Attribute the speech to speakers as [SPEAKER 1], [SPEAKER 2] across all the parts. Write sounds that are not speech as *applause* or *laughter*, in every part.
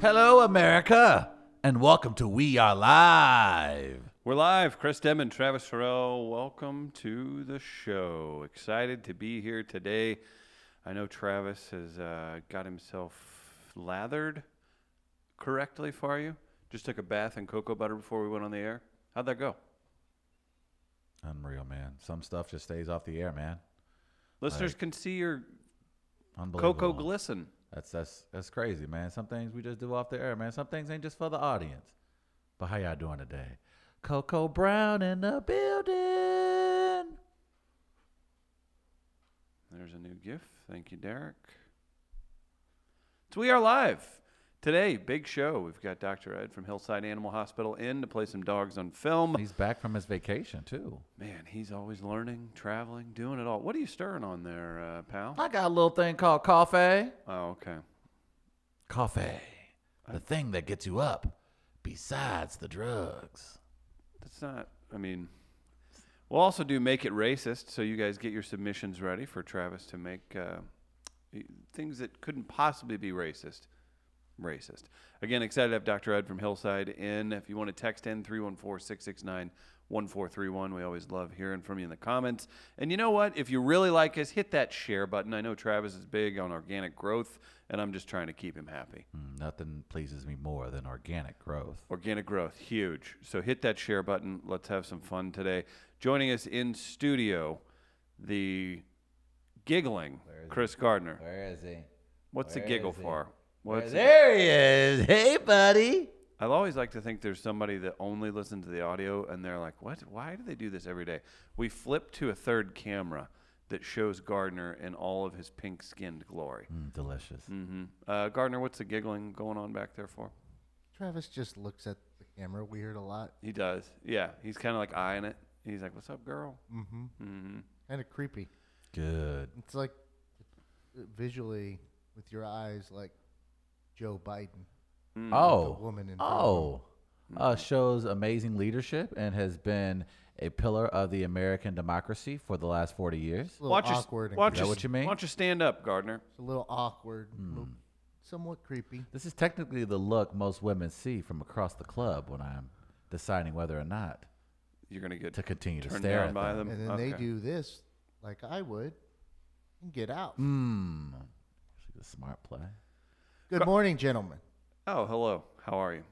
[SPEAKER 1] Hello, America, and welcome to We Are Live.
[SPEAKER 2] We're live. Chris Demon, Travis Farrell, welcome to the show. Excited to be here today. I know Travis has uh, got himself lathered correctly for you. Just took a bath in cocoa butter before we went on the air. How'd that go?
[SPEAKER 1] Unreal, man. Some stuff just stays off the air, man.
[SPEAKER 2] Listeners can see your
[SPEAKER 1] Unbelievable.
[SPEAKER 2] cocoa glisten.
[SPEAKER 1] That's that's that's crazy, man. Some things we just do off the air, man. Some things ain't just for the audience. But how y'all doing today? Coco Brown in the building.
[SPEAKER 2] There's a new gift. Thank you, Derek. So we are live today. Big show. We've got Dr. Ed from Hillside Animal Hospital in to play some dogs on film.
[SPEAKER 1] He's back from his vacation too.
[SPEAKER 2] Man, he's always learning, traveling, doing it all. What are you stirring on there, uh, pal?
[SPEAKER 1] I got a little thing called coffee.
[SPEAKER 2] Oh, okay.
[SPEAKER 1] Coffee. The thing that gets you up besides the drugs.
[SPEAKER 2] That's not, I mean, we'll also do Make It Racist, so you guys get your submissions ready for Travis to make uh, y- things that couldn't possibly be racist. Racist. Again, excited to have Dr. Ed from Hillside in. If you want to text in 314 669 1431, we always love hearing from you in the comments. And you know what? If you really like us, hit that share button. I know Travis is big on organic growth, and I'm just trying to keep him happy.
[SPEAKER 1] Mm, nothing pleases me more than organic growth.
[SPEAKER 2] Organic growth, huge. So hit that share button. Let's have some fun today. Joining us in studio, the giggling Chris Gardner.
[SPEAKER 1] Where is he?
[SPEAKER 2] What's the giggle for? What's
[SPEAKER 1] There he is. Hey, buddy.
[SPEAKER 2] I always like to think there's somebody that only listens to the audio and they're like, "What? Why do they do this every day?" We flip to a third camera that shows Gardner in all of his pink-skinned glory.
[SPEAKER 1] Mm, delicious.
[SPEAKER 2] hmm Uh, Gardner, what's the giggling going on back there for?
[SPEAKER 3] Travis just looks at the camera weird a lot.
[SPEAKER 2] He does. Yeah, he's kind of like eyeing it. He's like, "What's up, girl?"
[SPEAKER 3] Mm-hmm.
[SPEAKER 2] hmm
[SPEAKER 3] Kind of creepy.
[SPEAKER 1] Good.
[SPEAKER 3] It's like uh, visually with your eyes, like Joe Biden.
[SPEAKER 1] Oh.
[SPEAKER 3] woman in front of
[SPEAKER 1] oh. Uh, shows amazing leadership and has been a pillar of the American democracy for the last 40 years.
[SPEAKER 3] It's a little
[SPEAKER 2] Watch You,
[SPEAKER 3] awkward. and
[SPEAKER 2] watch
[SPEAKER 1] Is that
[SPEAKER 2] us-
[SPEAKER 1] what you mean?
[SPEAKER 2] Watch you stand up, Gardner.
[SPEAKER 3] creepy. It's a little awkward. a
[SPEAKER 1] Hmm.
[SPEAKER 3] little- somewhat creepy.
[SPEAKER 1] This is technically the look most women see from across the club when I'm deciding whether or not
[SPEAKER 2] You're gonna get
[SPEAKER 1] to continue to
[SPEAKER 2] turned
[SPEAKER 1] stare
[SPEAKER 2] down
[SPEAKER 1] at
[SPEAKER 2] by
[SPEAKER 1] them.
[SPEAKER 2] them.
[SPEAKER 3] And then they
[SPEAKER 2] Okay.
[SPEAKER 3] do this, like I would, and get out.
[SPEAKER 1] Hmm. Actually, a smart play.
[SPEAKER 3] Good morning, gentlemen.
[SPEAKER 2] Oh, hello. How are you?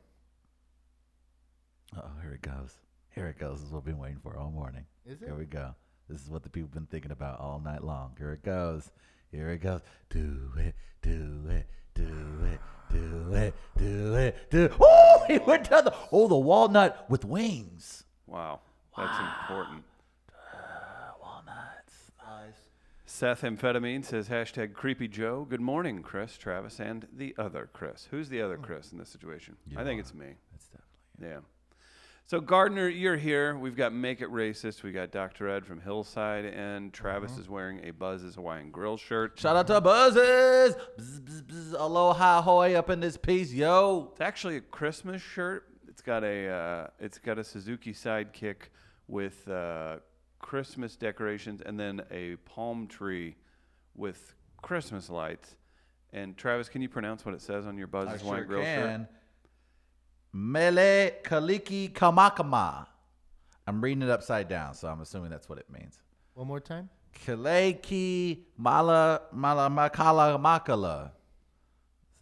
[SPEAKER 1] Oh, here it goes. Here it goes. This is what we've been waiting for all morning.
[SPEAKER 3] Is
[SPEAKER 1] Here
[SPEAKER 3] it?
[SPEAKER 1] we go. This is what the people been thinking about all night long. Here it goes. Here it goes. Do it, do it, do it, do it, do it, do it. Oh, *laughs* he went down the oh the walnut with wings.
[SPEAKER 2] Wow, that's important.
[SPEAKER 1] Uh, Walnuts.
[SPEAKER 2] Seth Amphetamine says hashtag Creepy Joe. Good morning, Chris, Travis, and the other Chris. Who's the other Chris in this situation? I think it's me.
[SPEAKER 1] That's definitely
[SPEAKER 2] Yeah. So Gardner, you're here. We've got Make It Racist. We got Dr. Ed from Hillside, and Travis
[SPEAKER 1] Mm-hmm.
[SPEAKER 2] is wearing a Buzz's Hawaiian Grill shirt.
[SPEAKER 1] Shout out to Buzzes. Bzz, bzz, bzz. Aloha hoy up in this piece, yo.
[SPEAKER 2] It's actually a Christmas shirt. It's got a uh, it's got a Suzuki Sidekick with uh, Christmas decorations and then a palm tree with Christmas lights. And Travis, can you pronounce what it says on your Buzz's Wine Grill shirt?
[SPEAKER 1] Mele kaliki kamakama. I'm reading it upside down, so I'm assuming that's what it means.
[SPEAKER 3] One more time.
[SPEAKER 1] Kaleki mala mala makala makala.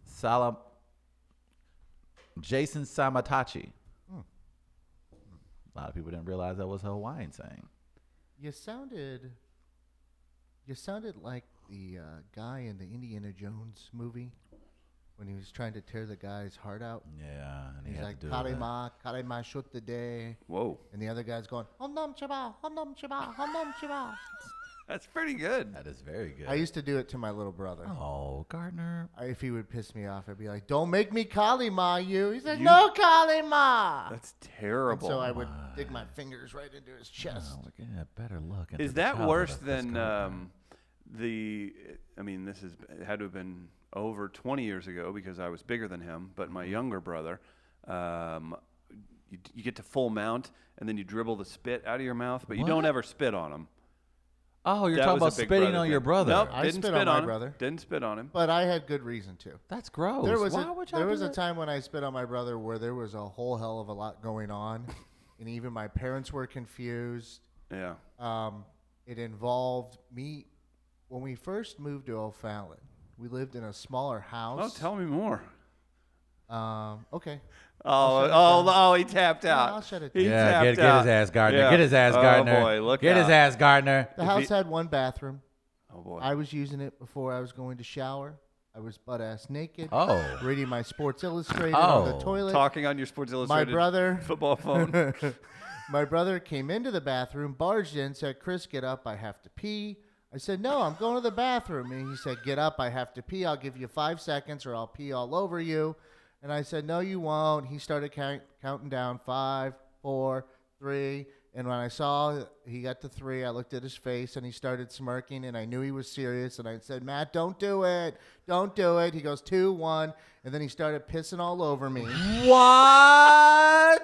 [SPEAKER 1] Salam. Jason Samatachi.
[SPEAKER 2] Hmm.
[SPEAKER 1] A lot of people didn't realize that was a Hawaiian saying.
[SPEAKER 3] You sounded. You sounded like the uh, guy in the Indiana Jones movie when he was trying to tear the guy's heart out.
[SPEAKER 1] Yeah, and he
[SPEAKER 3] He's
[SPEAKER 1] had
[SPEAKER 3] like,
[SPEAKER 1] to do it.
[SPEAKER 3] Karema, Karema, shoot the day.
[SPEAKER 2] Whoa,
[SPEAKER 3] And the other guy's going, Hondom Chiba, Hondom Chiba, Hondom Chiba.
[SPEAKER 2] that's pretty good.
[SPEAKER 1] That is very good.
[SPEAKER 3] I used to do it to my little brother.
[SPEAKER 1] oh, Gardner.
[SPEAKER 3] I- If he would piss me off, I'd be like, Don't make me Kalima, you. He said, No Kalima.
[SPEAKER 2] That's terrible.
[SPEAKER 3] So I would dig my fingers right into his chest.
[SPEAKER 1] Oh, we're getting a better look. into
[SPEAKER 2] Is
[SPEAKER 1] the
[SPEAKER 2] that
[SPEAKER 1] childhood
[SPEAKER 2] worse
[SPEAKER 1] of this
[SPEAKER 2] than
[SPEAKER 1] Gardner.
[SPEAKER 2] um, the? I mean, this is it had to have been over 20 years ago because I was bigger than him. But
[SPEAKER 3] Mm-hmm.
[SPEAKER 2] my younger brother, um, you, you get to full mount and then you dribble the spit out of your mouth, but you don't
[SPEAKER 1] What?
[SPEAKER 2] ever spit on him.
[SPEAKER 1] Oh, you're
[SPEAKER 2] That
[SPEAKER 1] talking
[SPEAKER 2] was
[SPEAKER 1] about
[SPEAKER 2] a Big
[SPEAKER 1] spitting
[SPEAKER 2] Brother
[SPEAKER 1] on your
[SPEAKER 2] thing.
[SPEAKER 1] brother.
[SPEAKER 2] Nope,
[SPEAKER 3] I
[SPEAKER 2] didn't
[SPEAKER 3] spit
[SPEAKER 2] spit,
[SPEAKER 3] on
[SPEAKER 2] on,
[SPEAKER 3] my
[SPEAKER 2] him.
[SPEAKER 3] brother.
[SPEAKER 2] Didn't spit on him.
[SPEAKER 3] But I had good reason to.
[SPEAKER 1] That's gross.
[SPEAKER 3] There was
[SPEAKER 1] Why
[SPEAKER 3] a,
[SPEAKER 1] would y'all
[SPEAKER 3] there
[SPEAKER 1] do
[SPEAKER 3] was a
[SPEAKER 1] that?
[SPEAKER 3] time when I spit on my brother where there was a whole hell of a lot going on, and even my parents were confused.
[SPEAKER 2] Yeah.
[SPEAKER 3] Um, it involved me when we first moved to O'Fallon. We lived in a smaller
[SPEAKER 2] Oh,
[SPEAKER 3] house.
[SPEAKER 2] tell me more.
[SPEAKER 3] um, okay.
[SPEAKER 2] Oh,
[SPEAKER 3] shut it
[SPEAKER 2] oh,
[SPEAKER 3] down.
[SPEAKER 2] oh, he tapped
[SPEAKER 3] Yeah,
[SPEAKER 2] out.
[SPEAKER 3] I'll shut it
[SPEAKER 2] He
[SPEAKER 3] down.
[SPEAKER 1] Yeah, get,
[SPEAKER 2] tapped
[SPEAKER 1] get his
[SPEAKER 2] out.
[SPEAKER 1] ass Gardner.
[SPEAKER 2] Yeah.
[SPEAKER 1] Get his ass Gardner.
[SPEAKER 2] Oh, boy, look
[SPEAKER 1] get his
[SPEAKER 2] out.
[SPEAKER 1] ass Gardner.
[SPEAKER 3] The house
[SPEAKER 2] he-
[SPEAKER 3] had one bathroom.
[SPEAKER 2] Oh, boy.
[SPEAKER 3] I was using it before I was going to shower. I was butt ass naked.
[SPEAKER 2] *laughs*
[SPEAKER 1] Oh.
[SPEAKER 3] Reading my Sports Illustrated on the
[SPEAKER 1] Oh.
[SPEAKER 3] toilet.
[SPEAKER 2] Talking on your Sports
[SPEAKER 3] my
[SPEAKER 2] Illustrated
[SPEAKER 3] brother.
[SPEAKER 2] football
[SPEAKER 3] *laughs*
[SPEAKER 2] phone.
[SPEAKER 3] my brother came into the bathroom, barged in, said, Chris, get up. I have to pee. I said, No, I'm going to the bathroom. And he said, Get up. I have to pee. I'll give you five seconds or I'll pee all over you. And I said, No, you won't. He started count- counting down five, four, three. And when I saw he got to three, I looked at his face and he started smirking. And I knew he was serious. And I said, Matt, don't do it. Don't do it. He goes, Two, one. And then he started pissing all over me.
[SPEAKER 1] What?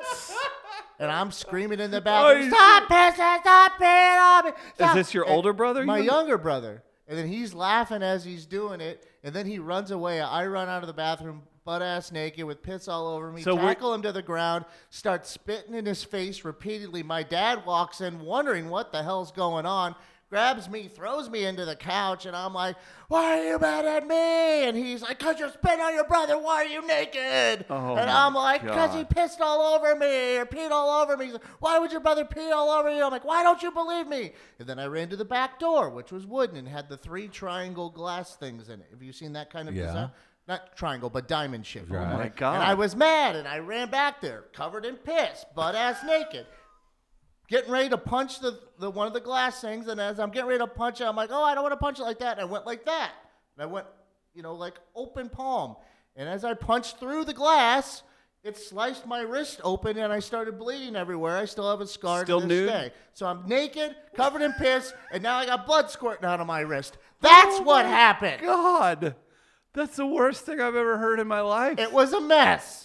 [SPEAKER 3] And I'm screaming in the
[SPEAKER 2] Oh, you-
[SPEAKER 3] bathroom, stop pissing, stop peeing on me. stop."
[SPEAKER 2] this your
[SPEAKER 3] And
[SPEAKER 2] older brother
[SPEAKER 3] My
[SPEAKER 2] you-
[SPEAKER 3] younger brother. And then he's laughing as he's doing it. And then he runs away. I run out of the bathroom butt ass naked with piss all over me,
[SPEAKER 2] So we're-
[SPEAKER 3] tackle him to the ground, start spitting in his face repeatedly. My dad walks in wondering what the hell's going on. Grabs me, throws me into the couch, and I'm like, Why are you mad at me? And he's like, Because you're spitting on your brother. Why are you naked?
[SPEAKER 2] Oh,
[SPEAKER 3] and
[SPEAKER 2] my
[SPEAKER 3] I'm like, Because he
[SPEAKER 2] God.
[SPEAKER 3] pissed all over me or peed all over me. He's like, why would your brother pee all over you? I'm like, why don't you believe me? And then I ran to the back door, which was wooden and had the three triangle glass things in it. Have you seen that kind of
[SPEAKER 1] Yeah.
[SPEAKER 3] design? Not triangle, but diamond shape.
[SPEAKER 1] Right.
[SPEAKER 2] oh, my
[SPEAKER 1] And
[SPEAKER 2] God.
[SPEAKER 3] And I was mad and I ran back there, covered in piss, butt ass naked. Getting ready to punch the, the one of the glass things, and as I'm getting ready to punch it, I'm like, oh, I don't want to punch it like that. And I went like that. And I went, you know, like open palm. And as I punched through the glass, it sliced my wrist open and I started bleeding everywhere. I still have a scar
[SPEAKER 2] Still
[SPEAKER 3] to this
[SPEAKER 2] nude?
[SPEAKER 3] day. So I'm naked, covered in piss, and now I got blood squirting out of my wrist. That's
[SPEAKER 2] Oh
[SPEAKER 3] what
[SPEAKER 2] my
[SPEAKER 3] happened.
[SPEAKER 2] God. That's the worst thing I've ever heard in my life.
[SPEAKER 3] It was a mess.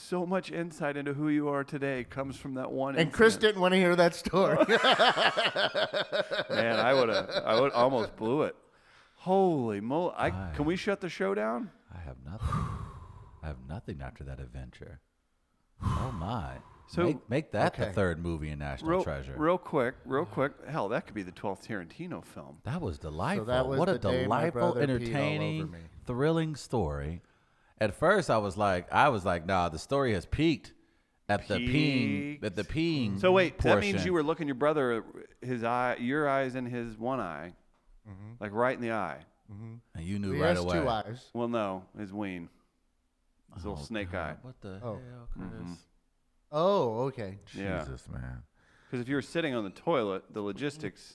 [SPEAKER 2] so much insight into who you are today comes from that one.
[SPEAKER 3] And Chris
[SPEAKER 2] incident.
[SPEAKER 3] didn't want to hear
[SPEAKER 1] *laughs*
[SPEAKER 3] that story. *laughs*
[SPEAKER 2] *laughs* man, I would have, I would almost blew it. Holy mo! I, can we shut the show down?
[SPEAKER 1] I have nothing. I have nothing after that adventure. Oh my.
[SPEAKER 2] So-
[SPEAKER 1] make, make that the
[SPEAKER 3] Okay.
[SPEAKER 1] third movie in National
[SPEAKER 2] Real,
[SPEAKER 1] Treasure.
[SPEAKER 2] real quick, real quick. Hell, that could be the twelfth Tarantino film.
[SPEAKER 1] That was delightful.
[SPEAKER 3] that was
[SPEAKER 1] what a
[SPEAKER 3] the day my
[SPEAKER 1] delightful,
[SPEAKER 3] brother peed all over
[SPEAKER 1] entertaining,
[SPEAKER 3] me.
[SPEAKER 1] thrilling story. At first, I was like, I was like, nah, the story has peaked at the peeing, at the peeing.
[SPEAKER 2] So wait,
[SPEAKER 1] portion.
[SPEAKER 2] that means you were looking your brother, his eye, your eyes in his one eye, like right in the eye.
[SPEAKER 1] and you knew
[SPEAKER 3] He
[SPEAKER 1] right
[SPEAKER 3] has
[SPEAKER 1] away. Oh,
[SPEAKER 3] two eyes.
[SPEAKER 2] Well, no, his ween, his little snake eye. Mm-hmm.
[SPEAKER 1] What the
[SPEAKER 3] Oh.
[SPEAKER 1] hell, Chris?
[SPEAKER 3] Oh, okay.
[SPEAKER 2] Yeah,
[SPEAKER 1] Jesus, man.
[SPEAKER 2] because if you were sitting on the toilet, the logistics.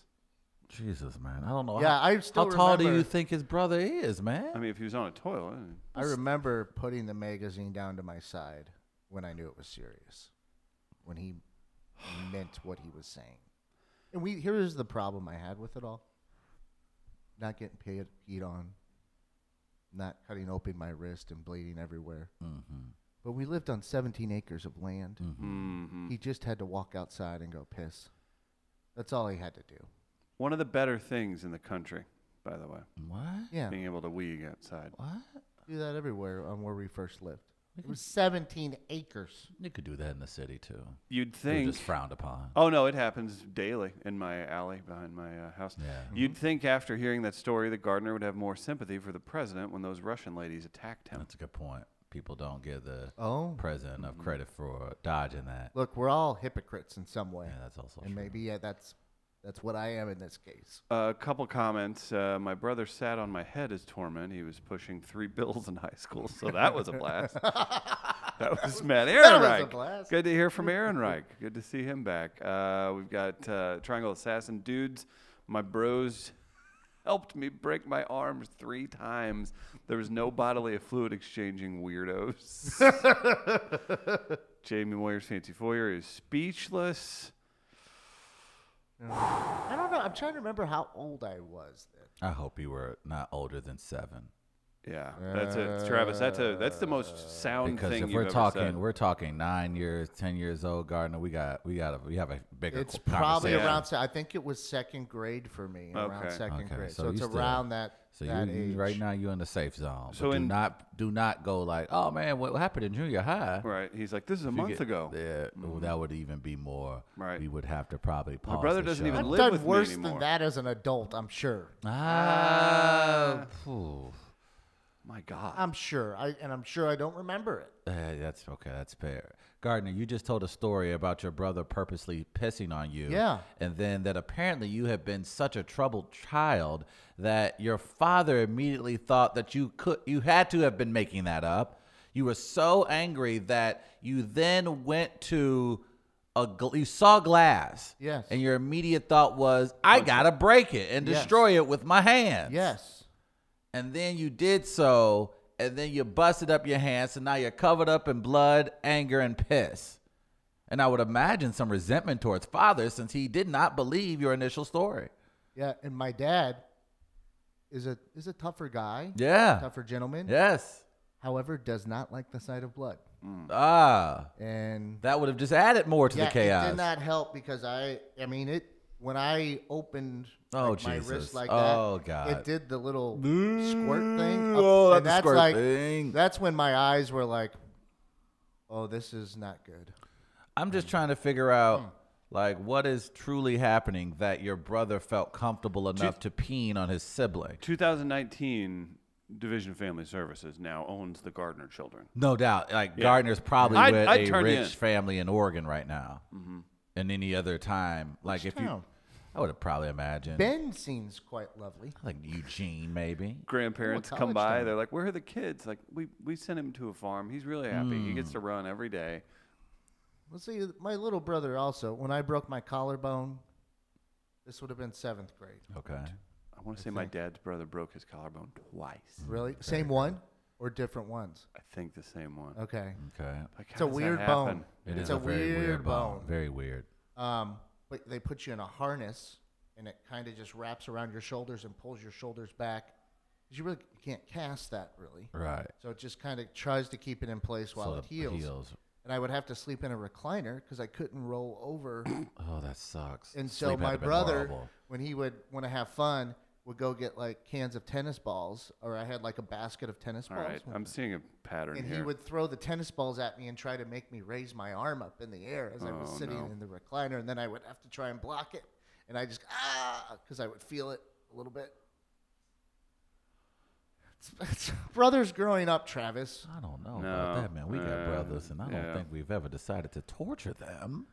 [SPEAKER 1] Jesus, man. I don't know.
[SPEAKER 3] Yeah,
[SPEAKER 1] how,
[SPEAKER 3] I
[SPEAKER 1] how
[SPEAKER 3] still
[SPEAKER 1] tall do you
[SPEAKER 3] remember-
[SPEAKER 1] think his brother is, man?
[SPEAKER 2] I mean, if he was on a toilet,
[SPEAKER 3] I remember putting the magazine down to my side when I knew it was serious, when *sighs* he meant what he was saying. And we here is the problem I had with it all: not getting paid, peed on, not cutting open my wrist and bleeding everywhere. But we lived on 17 acres of land.
[SPEAKER 2] hmm
[SPEAKER 3] He just had to walk outside and go piss. That's all he had to do.
[SPEAKER 2] one of the better things in the country, by the way,
[SPEAKER 1] what?
[SPEAKER 3] Yeah,
[SPEAKER 2] being able to weeg outside.
[SPEAKER 1] What?
[SPEAKER 3] do that everywhere on where we first lived. It was 17 acres.
[SPEAKER 1] You could do that in the city too.
[SPEAKER 2] You'd
[SPEAKER 1] They're
[SPEAKER 2] think.
[SPEAKER 1] just frowned upon.
[SPEAKER 2] Oh no, it happens daily in my alley behind my uh, house.
[SPEAKER 1] Yeah. Mm-hmm.
[SPEAKER 2] You'd think after hearing that story, the gardener would have more sympathy for the president when those Russian ladies attacked him.
[SPEAKER 1] That's a good point. People don't give the
[SPEAKER 3] Oh,
[SPEAKER 1] president enough credit for dodging that.
[SPEAKER 3] look, we're all hypocrites in some way,
[SPEAKER 1] Yeah, that's also
[SPEAKER 3] and
[SPEAKER 1] true.
[SPEAKER 3] maybe yeah, that's that's what I am in this case.
[SPEAKER 2] a couple comments. Uh, my brother sat on my head as torment. He was pushing three *laughs* bills in high school, so that was a blast. that was Matt
[SPEAKER 3] was a
[SPEAKER 2] Ehrenreich.
[SPEAKER 3] blast.
[SPEAKER 2] Good to hear from Ehrenreich. Good to see him back. Uh, we've got uh, Triangle Assassin dudes. My bros helped me break my arms three times. There was no bodily fluid exchanging weirdos. Jamie Moyer's fancy foyer is speechless.
[SPEAKER 3] I don't know. I'm trying to remember how old I was then.
[SPEAKER 1] I hope you were not older than seven.
[SPEAKER 2] Yeah, that's it, Travis. That's a that's the most sound
[SPEAKER 1] Because
[SPEAKER 2] thing
[SPEAKER 1] if
[SPEAKER 2] you've
[SPEAKER 1] we're
[SPEAKER 2] ever
[SPEAKER 1] talking,
[SPEAKER 2] said.
[SPEAKER 1] we're talking nine years, ten years old, Gardner. We got, we got, a, we have a bigger.
[SPEAKER 3] It's
[SPEAKER 1] co-
[SPEAKER 3] probably
[SPEAKER 1] conversation.
[SPEAKER 2] Yeah.
[SPEAKER 3] around. se- I think it was second grade for me. Around
[SPEAKER 2] Okay.
[SPEAKER 3] second
[SPEAKER 1] Okay,
[SPEAKER 3] grade,
[SPEAKER 1] so
[SPEAKER 3] so, it's
[SPEAKER 1] you still-
[SPEAKER 3] around that
[SPEAKER 1] So
[SPEAKER 3] that
[SPEAKER 1] you,
[SPEAKER 3] age.
[SPEAKER 1] you- right now you're in the safe zone. So
[SPEAKER 2] So
[SPEAKER 1] do
[SPEAKER 2] in-
[SPEAKER 1] not do not go like, oh man, what happened in junior high?
[SPEAKER 2] right. He's like, this is a
[SPEAKER 1] You
[SPEAKER 2] month
[SPEAKER 1] get-
[SPEAKER 2] ago. Mm-hmm.
[SPEAKER 1] Yeah, well, that would even be more.
[SPEAKER 2] Right.
[SPEAKER 1] We would have to probably. Pause
[SPEAKER 2] brother
[SPEAKER 1] the
[SPEAKER 2] doesn't
[SPEAKER 1] show.
[SPEAKER 2] even
[SPEAKER 3] I've
[SPEAKER 2] live with me
[SPEAKER 3] done worse
[SPEAKER 2] anymore.
[SPEAKER 3] than that as an adult. I'm sure.
[SPEAKER 1] Ah, phew.
[SPEAKER 2] My God.
[SPEAKER 3] I'm sure. I and I'm sure I don't remember it.
[SPEAKER 1] Uh, that's okay. That's fair. Gardner, you just told a story about your brother purposely pissing on you.
[SPEAKER 3] Yeah.
[SPEAKER 1] And then that apparently you have been such a troubled child that your father immediately thought that you could, you had to have been making that up. You were so angry that you then went to a, gl- you saw glass.
[SPEAKER 3] Yes.
[SPEAKER 1] And your immediate thought was, I gotta break it and
[SPEAKER 3] Yes.
[SPEAKER 1] destroy it with my hands
[SPEAKER 3] Yes.
[SPEAKER 1] and then you did so, and then you busted up your hands, so now you're covered up in blood, anger, and piss. And I would imagine some resentment towards father since he did not believe your initial story.
[SPEAKER 3] Yeah. And my dad is a is a tougher guy.
[SPEAKER 1] Yeah.
[SPEAKER 3] Tougher gentleman.
[SPEAKER 1] Yes.
[SPEAKER 3] However, does not like the sight of blood.
[SPEAKER 1] Ah,
[SPEAKER 3] And
[SPEAKER 1] that would have just added more to
[SPEAKER 3] yeah,
[SPEAKER 1] the chaos.
[SPEAKER 3] it did not help because I I mean it when I opened
[SPEAKER 1] Oh,
[SPEAKER 3] like, my
[SPEAKER 1] Jesus.
[SPEAKER 3] wrist like
[SPEAKER 1] Oh,
[SPEAKER 3] that.
[SPEAKER 1] God.
[SPEAKER 3] It did the little squirt thing. up-
[SPEAKER 1] Oh,
[SPEAKER 3] and
[SPEAKER 1] that's a
[SPEAKER 3] that's
[SPEAKER 1] squirt
[SPEAKER 3] like
[SPEAKER 1] thing.
[SPEAKER 3] that's when my eyes were like, oh, this is not good.
[SPEAKER 1] I'm just trying to figure out
[SPEAKER 3] Hmm.
[SPEAKER 1] like what is truly happening that your brother felt comfortable enough to peen on his sibling.
[SPEAKER 2] 2019 Division of Family Services now owns the Gardner children.
[SPEAKER 1] No doubt. Like Gardner's probably
[SPEAKER 2] I'd-
[SPEAKER 1] with
[SPEAKER 2] I'd
[SPEAKER 1] a
[SPEAKER 2] turn
[SPEAKER 1] rich
[SPEAKER 2] in.
[SPEAKER 1] family in Oregon right now. And any other time, like if you,
[SPEAKER 3] Mm-hmm. town?
[SPEAKER 1] I would have probably imagined.
[SPEAKER 3] Ben seems quite lovely.
[SPEAKER 1] I think Eugene, maybe.
[SPEAKER 2] Grandparents
[SPEAKER 3] Ooh, a
[SPEAKER 2] come
[SPEAKER 3] college
[SPEAKER 2] by.
[SPEAKER 3] town.
[SPEAKER 2] They're like, where are the kids? Like, we, we sent him to a farm. He's really happy. He
[SPEAKER 3] Hmm.
[SPEAKER 2] gets to run every day.
[SPEAKER 3] Well, see, my little brother also. When I broke my collarbone, this would have been seventh grade.
[SPEAKER 1] Okay.
[SPEAKER 2] I want to say my dad's brother broke his collarbone twice.
[SPEAKER 3] Really, same one or different ones?
[SPEAKER 2] I think the same one.
[SPEAKER 3] Okay,
[SPEAKER 1] Okay.
[SPEAKER 2] Like, how
[SPEAKER 3] it's a
[SPEAKER 2] does that
[SPEAKER 3] weird
[SPEAKER 2] happen?
[SPEAKER 3] bone.
[SPEAKER 1] It
[SPEAKER 3] it's
[SPEAKER 1] is
[SPEAKER 3] a, weird, bone.
[SPEAKER 1] Very weird.
[SPEAKER 3] Um, but they put you in a harness, and it kind of just wraps around your shoulders and pulls your shoulders back. 'Cause You really you can't cast that really.
[SPEAKER 1] Right.
[SPEAKER 3] So it just kind of tries to keep it in place while
[SPEAKER 1] so
[SPEAKER 3] it heals.
[SPEAKER 1] heals.
[SPEAKER 3] And I would have to sleep in a recliner because I couldn't roll
[SPEAKER 1] *coughs*
[SPEAKER 3] over.
[SPEAKER 1] Oh, that sucks.
[SPEAKER 3] and
[SPEAKER 1] Sleep
[SPEAKER 3] so
[SPEAKER 1] had to
[SPEAKER 3] my
[SPEAKER 1] have been
[SPEAKER 3] brother,
[SPEAKER 1] horrible.
[SPEAKER 3] when he would want to have fun, would go get like cans of tennis balls, or I had like a basket of tennis
[SPEAKER 2] All
[SPEAKER 3] balls.
[SPEAKER 2] right. I'm seeing a pattern
[SPEAKER 3] and
[SPEAKER 2] here.
[SPEAKER 3] he would throw the tennis balls at me and try to make me raise my arm up in the air as I was
[SPEAKER 2] Oh,
[SPEAKER 3] sitting
[SPEAKER 2] no.
[SPEAKER 3] in the recliner, and then I would have to try and block it, and I just ah because I would feel it a little bit. It's- *laughs* brothers growing up, Travis.
[SPEAKER 1] I don't know about
[SPEAKER 2] No,
[SPEAKER 1] that, man. We got
[SPEAKER 2] uh,
[SPEAKER 1] brothers, and I don't
[SPEAKER 2] yeah.
[SPEAKER 1] think we've ever decided to torture them.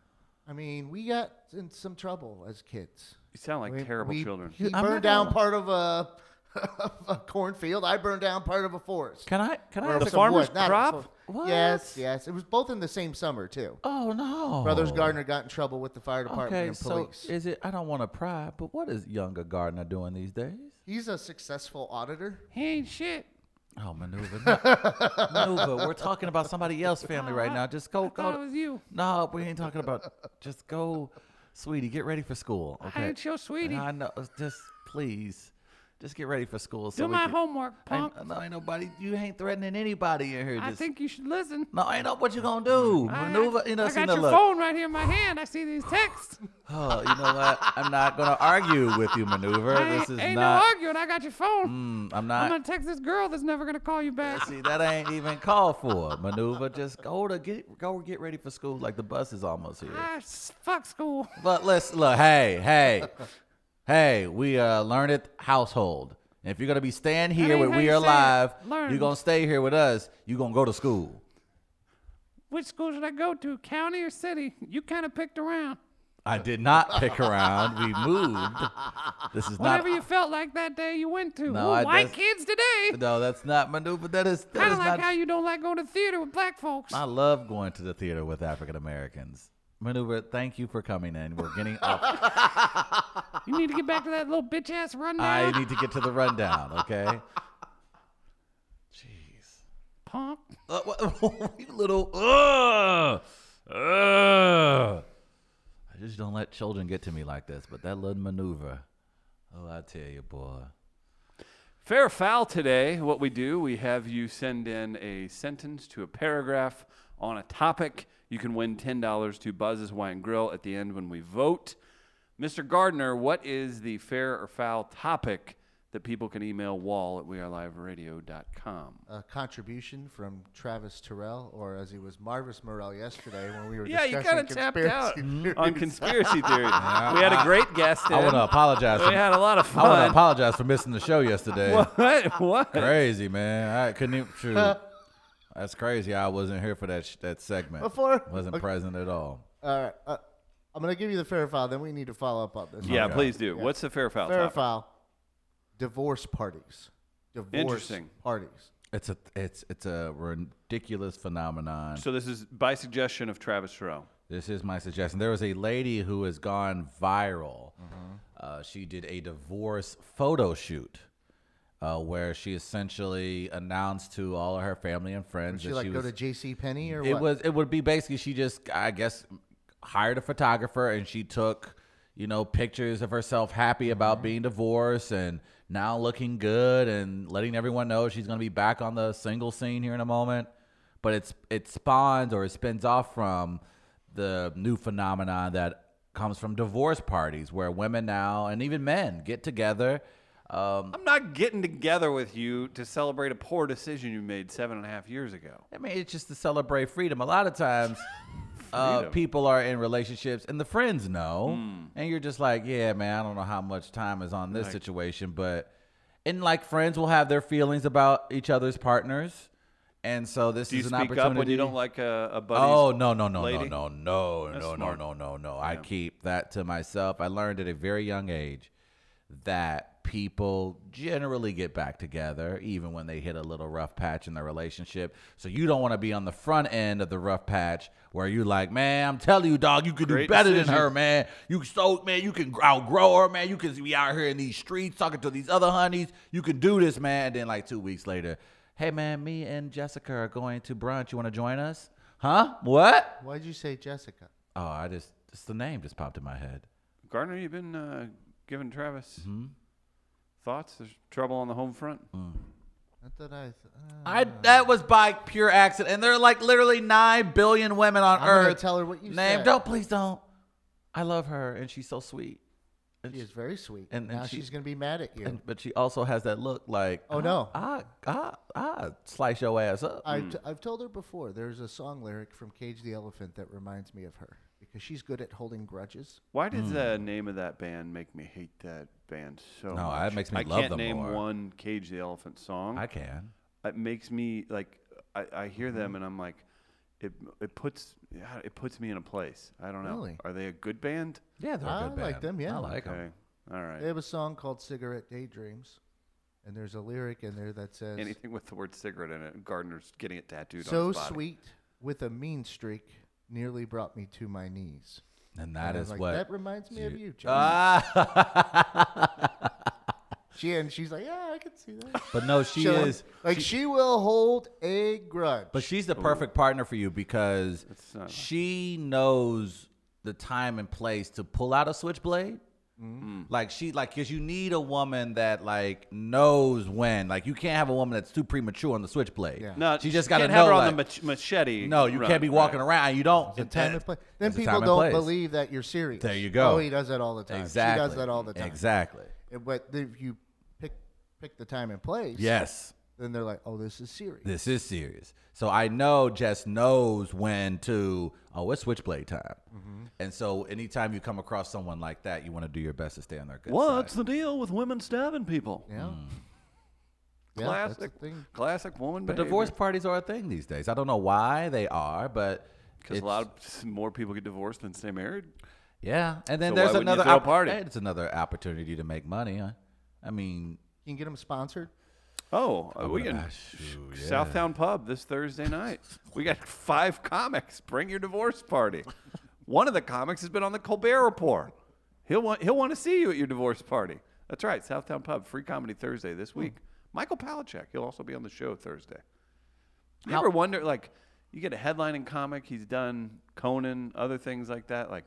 [SPEAKER 3] I mean, we got in some trouble as kids.
[SPEAKER 2] you sound like
[SPEAKER 3] We-
[SPEAKER 2] terrible
[SPEAKER 3] we-
[SPEAKER 2] children.
[SPEAKER 3] He
[SPEAKER 1] I'm not
[SPEAKER 3] burned down
[SPEAKER 1] gonna-
[SPEAKER 3] part of a, *laughs* of a cornfield. I burned down part of a forest.
[SPEAKER 1] Can I? Can I?
[SPEAKER 3] Or
[SPEAKER 1] ask
[SPEAKER 2] The
[SPEAKER 1] a-
[SPEAKER 3] some
[SPEAKER 2] farmer's
[SPEAKER 3] wood, not a
[SPEAKER 2] crop?
[SPEAKER 3] forest.
[SPEAKER 1] What?
[SPEAKER 3] Yes, yes. It was both in the same summer too.
[SPEAKER 1] oh no,
[SPEAKER 3] Brothers Gardner got in trouble with the fire department
[SPEAKER 1] Okay,
[SPEAKER 3] and
[SPEAKER 1] so
[SPEAKER 3] police.
[SPEAKER 1] is it? I don't want to pry, but what is younger Gardner doing these days?
[SPEAKER 3] He's a successful auditor.
[SPEAKER 2] He ain't shit.
[SPEAKER 1] Oh, maneuver, no- *laughs* maneuver. We're talking about somebody else's family right now. Just go, go.
[SPEAKER 2] you.
[SPEAKER 1] No, we ain't talking about. Just go, sweetie. Get ready for school. Okay.
[SPEAKER 2] ain't your sweetie.
[SPEAKER 1] I know. uh, Just please, just get ready for school. So we can-
[SPEAKER 2] homework,
[SPEAKER 1] Ain't, no, ain't nobody. You ain't threatening anybody in here. Just,
[SPEAKER 2] you should listen.
[SPEAKER 1] No, ain't no. What you gonna do? Maneuver. You know, see, no, look.
[SPEAKER 2] right here in my hand. I see these texts.
[SPEAKER 1] Oh, you know what? I'm not gonna argue with you,
[SPEAKER 2] *laughs*
[SPEAKER 1] maneuver. this is not.
[SPEAKER 2] arguing. I got your phone.
[SPEAKER 1] Mm, I'm not.
[SPEAKER 2] text this girl that's never gonna call you
[SPEAKER 1] *laughs*
[SPEAKER 2] back.
[SPEAKER 1] See, that ain't even called for. Maneuver, just go to get go get ready for school. Like the bus is almost here.
[SPEAKER 2] fuck school. *laughs*
[SPEAKER 1] But let's look. Hey, hey, hey. We are a learned household. And if you're gonna be staying here
[SPEAKER 2] ain't
[SPEAKER 1] with
[SPEAKER 2] how
[SPEAKER 1] We
[SPEAKER 2] you
[SPEAKER 1] Are
[SPEAKER 2] say it.
[SPEAKER 1] Live,
[SPEAKER 2] Learned.
[SPEAKER 1] you're gonna stay here with us. You're gonna go to school.
[SPEAKER 2] Which school should I go to, county or city? You kind of picked around.
[SPEAKER 1] I did not pick around. We moved. This is not.
[SPEAKER 2] felt like that day, you went to.
[SPEAKER 1] No, Ooh, I- white that's-
[SPEAKER 2] kids
[SPEAKER 1] *laughs*
[SPEAKER 2] today.
[SPEAKER 1] no, that's not maneuver. That is. That is not.
[SPEAKER 2] you don't like going to theater with black folks.
[SPEAKER 1] I love going to the theater with African Americans. Maneuver, thank you for coming in. We're
[SPEAKER 2] *laughs*
[SPEAKER 1] getting off
[SPEAKER 2] You need to get back to that little bitch ass rundown.
[SPEAKER 1] I need to get to the rundown, okay? Jeez.
[SPEAKER 2] Pump.
[SPEAKER 1] Uh, what, *laughs* you little. Ugh, ugh. I just don't let children get to me like this, but that little maneuver. Oh, I tell you, boy.
[SPEAKER 2] Fair foul today. What we do, we have you send in a sentence to a paragraph on a topic. You can win $10 to Buzz's Wine Grill at the end when we vote. Mr. Gardner, what is the fair or foul topic that people can email wall at weareliveradio.com?
[SPEAKER 3] A contribution from Travis Terrell, or as he was Marvis Morel yesterday when we were
[SPEAKER 2] Yeah, you
[SPEAKER 3] discussing
[SPEAKER 2] kind of tapped out
[SPEAKER 3] conspiracy
[SPEAKER 1] Mm-hmm.
[SPEAKER 3] theories.
[SPEAKER 2] on *laughs* conspiracy theory. we had a great guest.
[SPEAKER 1] I want to
[SPEAKER 2] in.
[SPEAKER 3] *laughs*
[SPEAKER 1] apologize.
[SPEAKER 2] We
[SPEAKER 1] For,
[SPEAKER 2] had a lot of
[SPEAKER 1] I want to
[SPEAKER 2] fun.
[SPEAKER 1] apologize for missing the show yesterday.
[SPEAKER 2] *laughs* What? What?
[SPEAKER 1] Crazy man, I couldn't even. Shoot. That's crazy. I wasn't here for that sh- that segment.
[SPEAKER 3] Before-
[SPEAKER 1] wasn't
[SPEAKER 3] okay.
[SPEAKER 1] present at all.
[SPEAKER 3] All right, uh, I'm gonna give you the fair file. Then we need to follow up on this.
[SPEAKER 2] Yeah,
[SPEAKER 1] Okay.
[SPEAKER 2] please do. What's the fair or foul
[SPEAKER 3] fair
[SPEAKER 2] topic?
[SPEAKER 3] file. Divorce parties. Divorce
[SPEAKER 2] Interesting.
[SPEAKER 3] parties.
[SPEAKER 1] It's a it's it's a ridiculous phenomenon.
[SPEAKER 2] So this is by suggestion of Travis Terrell.
[SPEAKER 1] This is my suggestion. There was a lady who has gone viral.
[SPEAKER 3] Mm-hmm.
[SPEAKER 1] Uh, she did a divorce photo shoot uh, where she essentially announced to all of her family and friends
[SPEAKER 3] Did she
[SPEAKER 1] that
[SPEAKER 3] like
[SPEAKER 1] she
[SPEAKER 3] go
[SPEAKER 1] was.
[SPEAKER 3] to J.C. Penney or
[SPEAKER 1] it
[SPEAKER 3] what?
[SPEAKER 1] was. It would be basically she just I guess hired a photographer and she took you know pictures of herself happy about
[SPEAKER 3] Mm-hmm.
[SPEAKER 1] being divorced and now looking good and letting everyone know she's going to be back on the single scene here in a moment. But it's it spawns or it spins off from the new phenomenon that comes from divorce parties where women now and even men get together. Um,
[SPEAKER 2] I'm not getting together with you to celebrate a poor decision you made seven and a half years ago.
[SPEAKER 1] I mean, it's just to celebrate freedom. A lot of
[SPEAKER 2] *laughs*
[SPEAKER 1] times, uh,
[SPEAKER 2] Freedom. Hmm.
[SPEAKER 1] people are in relationships, and the friends know, and you're just like, yeah, man, I don't know how much time is on this situation, but and like friends will have their feelings about each other's partners, and so this
[SPEAKER 2] Do you
[SPEAKER 1] is an
[SPEAKER 2] speak
[SPEAKER 1] opportunity.
[SPEAKER 2] up when you don't like a, a buddy's
[SPEAKER 1] Oh no no no
[SPEAKER 2] lady?
[SPEAKER 1] no no no
[SPEAKER 2] That's
[SPEAKER 1] no no
[SPEAKER 2] smart.
[SPEAKER 1] no no no! I keep that to myself. I learned at a very young age that people generally get back together even when they hit a little rough patch in their relationship. So you don't want to be on the front end of the rough patch where you like, man, I'm telling you, dog, you could do
[SPEAKER 2] Great
[SPEAKER 1] better than
[SPEAKER 2] decision.
[SPEAKER 1] her, man. You so man, you can outgrow her, man. You can be out here in these streets talking to these other honeys. You can do this, man. And then like two weeks later, hey man, me and Jessica are going to brunch. You want to join us? Huh? What?
[SPEAKER 3] Why'd you say Jessica?
[SPEAKER 1] Oh, I just just the name just popped in my head.
[SPEAKER 2] Gardner, you've been uh, giving Travis
[SPEAKER 1] Mm-hmm.
[SPEAKER 2] thoughts. There's trouble on the home front.
[SPEAKER 1] Mm.
[SPEAKER 3] Not that I. Th- uh,
[SPEAKER 1] I that was by pure accident, and there are like literally nine billion women on
[SPEAKER 3] I'm gonna
[SPEAKER 1] earth.
[SPEAKER 3] tell her what you
[SPEAKER 1] name.
[SPEAKER 3] said.
[SPEAKER 1] Don't please don't. I love her, and she's so sweet. And
[SPEAKER 3] She is very sweet.
[SPEAKER 1] and- and
[SPEAKER 3] now
[SPEAKER 1] she-
[SPEAKER 3] she's gonna be mad at you.
[SPEAKER 1] and, but she also has that look like,
[SPEAKER 3] Oh, no.
[SPEAKER 1] I, I, I, I slice your ass up.
[SPEAKER 3] I
[SPEAKER 2] Hmm.
[SPEAKER 3] t- I've told her before. There's a song lyric from Cage the Elephant that reminds me of her because she's good at holding grudges.
[SPEAKER 2] Why did
[SPEAKER 1] Mm.
[SPEAKER 2] the name of that band make me hate that band so much?
[SPEAKER 1] No, that makes me
[SPEAKER 2] I
[SPEAKER 1] love
[SPEAKER 2] can't
[SPEAKER 1] them
[SPEAKER 2] name
[SPEAKER 1] more.
[SPEAKER 2] one Cage the Elephant song.
[SPEAKER 1] I can.
[SPEAKER 2] it makes me like I, I hear
[SPEAKER 1] Mm-hmm.
[SPEAKER 2] them and I'm like, it it puts yeah, it puts me in a place. I don't know.
[SPEAKER 3] Really?
[SPEAKER 2] Are they a good band?
[SPEAKER 1] Yeah, they're
[SPEAKER 3] I
[SPEAKER 1] a good
[SPEAKER 3] like
[SPEAKER 1] band.
[SPEAKER 3] them, yeah.
[SPEAKER 1] I like them.
[SPEAKER 2] Okay, all right.
[SPEAKER 3] They have a song called "Cigarette Daydreams," and there's a lyric in there that says,
[SPEAKER 2] Anything with the word cigarette in it, Gardner's getting it tattooed on
[SPEAKER 3] "So
[SPEAKER 2] his body.
[SPEAKER 3] sweet with a mean streak nearly brought me to my knees."
[SPEAKER 1] And
[SPEAKER 3] And
[SPEAKER 1] that
[SPEAKER 3] I'm
[SPEAKER 1] is
[SPEAKER 3] like,
[SPEAKER 1] what. Uh,
[SPEAKER 3] that reminds me
[SPEAKER 1] *laughs*
[SPEAKER 3] of you, John.
[SPEAKER 1] Ah.
[SPEAKER 3] she and she's like, "Yeah, I can see that."
[SPEAKER 1] but no, *laughs* she
[SPEAKER 3] So,
[SPEAKER 1] is.
[SPEAKER 3] like she, will hold a grudge.
[SPEAKER 1] But she's the perfect partner for you because
[SPEAKER 2] It's not-
[SPEAKER 1] she knows the time and place to pull out a switchblade.
[SPEAKER 3] Mm-hmm.
[SPEAKER 2] Mm.
[SPEAKER 1] Like she like cause you need a woman that like knows when. Like you can't have a woman that's too premature on the switchblade.
[SPEAKER 3] Yeah.
[SPEAKER 2] No,
[SPEAKER 1] she just gotta
[SPEAKER 2] can't
[SPEAKER 1] know.
[SPEAKER 2] have her on
[SPEAKER 1] like,
[SPEAKER 2] the mach- machete.
[SPEAKER 1] no, you
[SPEAKER 2] run,
[SPEAKER 1] can't be
[SPEAKER 2] right.
[SPEAKER 1] walking around. You don't.
[SPEAKER 3] the time and place. Then
[SPEAKER 1] It's a
[SPEAKER 3] people
[SPEAKER 1] time and
[SPEAKER 3] don't
[SPEAKER 1] place.
[SPEAKER 3] believe that you're serious.
[SPEAKER 1] There you go.
[SPEAKER 3] Oh, he does that all the time.
[SPEAKER 1] Exactly.
[SPEAKER 3] She does that all the time.
[SPEAKER 1] Exactly.
[SPEAKER 3] And- But if you pick pick the time and place,
[SPEAKER 1] Yes.
[SPEAKER 3] then they're like, "Oh, this is serious."
[SPEAKER 1] This is serious. So I know Jess knows when to, oh, it's switchblade time.
[SPEAKER 2] Mm-hmm.
[SPEAKER 1] And so anytime you come across someone like that, you want to do your best to stay on their good
[SPEAKER 2] What's
[SPEAKER 1] side.
[SPEAKER 2] the deal with women stabbing people?
[SPEAKER 3] yeah.
[SPEAKER 1] Hmm.
[SPEAKER 3] Yeah, that's the
[SPEAKER 2] classic,
[SPEAKER 3] thing.
[SPEAKER 2] classic woman.
[SPEAKER 1] But divorce parties are a thing these days. I don't know why they are, but
[SPEAKER 2] because a
[SPEAKER 1] it's-
[SPEAKER 2] lot of more people get divorced than stay married.
[SPEAKER 1] yeah. And then there's
[SPEAKER 2] So why wouldn't you
[SPEAKER 1] another
[SPEAKER 2] throw a
[SPEAKER 1] opp-
[SPEAKER 2] party?
[SPEAKER 1] It's another opportunity to make money. Huh? I mean,
[SPEAKER 3] You can get them sponsored.
[SPEAKER 2] Oh, uh, we
[SPEAKER 1] would've-
[SPEAKER 2] can
[SPEAKER 1] ah, shoot, yeah.
[SPEAKER 2] Southtown Pub this Thursday night. we got *laughs* five comics. Bring your divorce party. One of the comics has been on the Colbert Report. He'll want he'll want to see you at your divorce party. That's right, Southtown Pub free comedy Thursday this
[SPEAKER 3] Hmm.
[SPEAKER 2] week. Michael Palachek he'll also be on the show Thursday. You ever wonder like you get a headlining comic he's done Conan other things like that like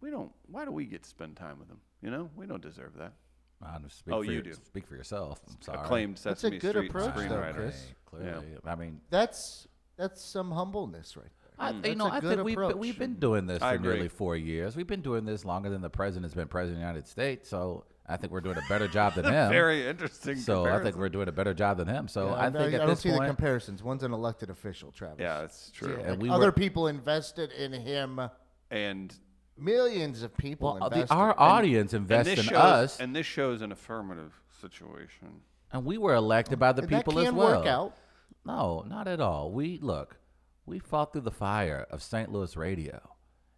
[SPEAKER 2] we don't why do we get to spend time with him you know we don't deserve that
[SPEAKER 1] I don't know, speak
[SPEAKER 2] Oh,
[SPEAKER 1] for
[SPEAKER 2] you
[SPEAKER 1] your-
[SPEAKER 2] do.
[SPEAKER 1] Speak for yourself. I'm sorry.
[SPEAKER 2] Acclaimed
[SPEAKER 3] That's a
[SPEAKER 2] Sesame
[SPEAKER 3] good
[SPEAKER 2] Street
[SPEAKER 1] I
[SPEAKER 3] approach, though,
[SPEAKER 2] screenwriter.
[SPEAKER 3] Chris.
[SPEAKER 1] mean, Clearly, I mean,
[SPEAKER 3] That's that's some humbleness right there.
[SPEAKER 2] Hmm.
[SPEAKER 1] I,
[SPEAKER 3] Mm. That's
[SPEAKER 1] you know,
[SPEAKER 3] a
[SPEAKER 1] I
[SPEAKER 3] good
[SPEAKER 1] think we've,
[SPEAKER 3] approach.
[SPEAKER 1] been- we've been doing this
[SPEAKER 2] I
[SPEAKER 1] for nearly
[SPEAKER 2] agree.
[SPEAKER 1] four years. We've been doing this longer than the president's been president of the United States. So I think we're doing a better job
[SPEAKER 2] *laughs*
[SPEAKER 1] than him.
[SPEAKER 2] Very interesting.
[SPEAKER 1] so I think
[SPEAKER 2] comparison.
[SPEAKER 1] we're doing a better job than him. So
[SPEAKER 3] Yeah,
[SPEAKER 1] I
[SPEAKER 3] I,
[SPEAKER 1] think
[SPEAKER 3] I
[SPEAKER 1] at
[SPEAKER 3] don't
[SPEAKER 1] this
[SPEAKER 3] see the
[SPEAKER 1] point,
[SPEAKER 3] comparisons. One's an elected official, Travis.
[SPEAKER 2] Yeah, that's true.
[SPEAKER 1] Yeah. And we
[SPEAKER 3] other
[SPEAKER 1] were-
[SPEAKER 3] people invested in him.
[SPEAKER 2] And
[SPEAKER 3] Millions of people
[SPEAKER 1] well, uh, the,
[SPEAKER 3] invested.
[SPEAKER 1] our audience
[SPEAKER 2] and
[SPEAKER 1] invests
[SPEAKER 2] this
[SPEAKER 1] in
[SPEAKER 2] shows
[SPEAKER 1] us, and,
[SPEAKER 2] and this shows an affirmative situation.
[SPEAKER 1] we were elected by the
[SPEAKER 3] And
[SPEAKER 1] people
[SPEAKER 3] that can
[SPEAKER 1] as well.
[SPEAKER 3] work out.
[SPEAKER 1] No, not at all. We look, we fought through the fire of St. Louis radio,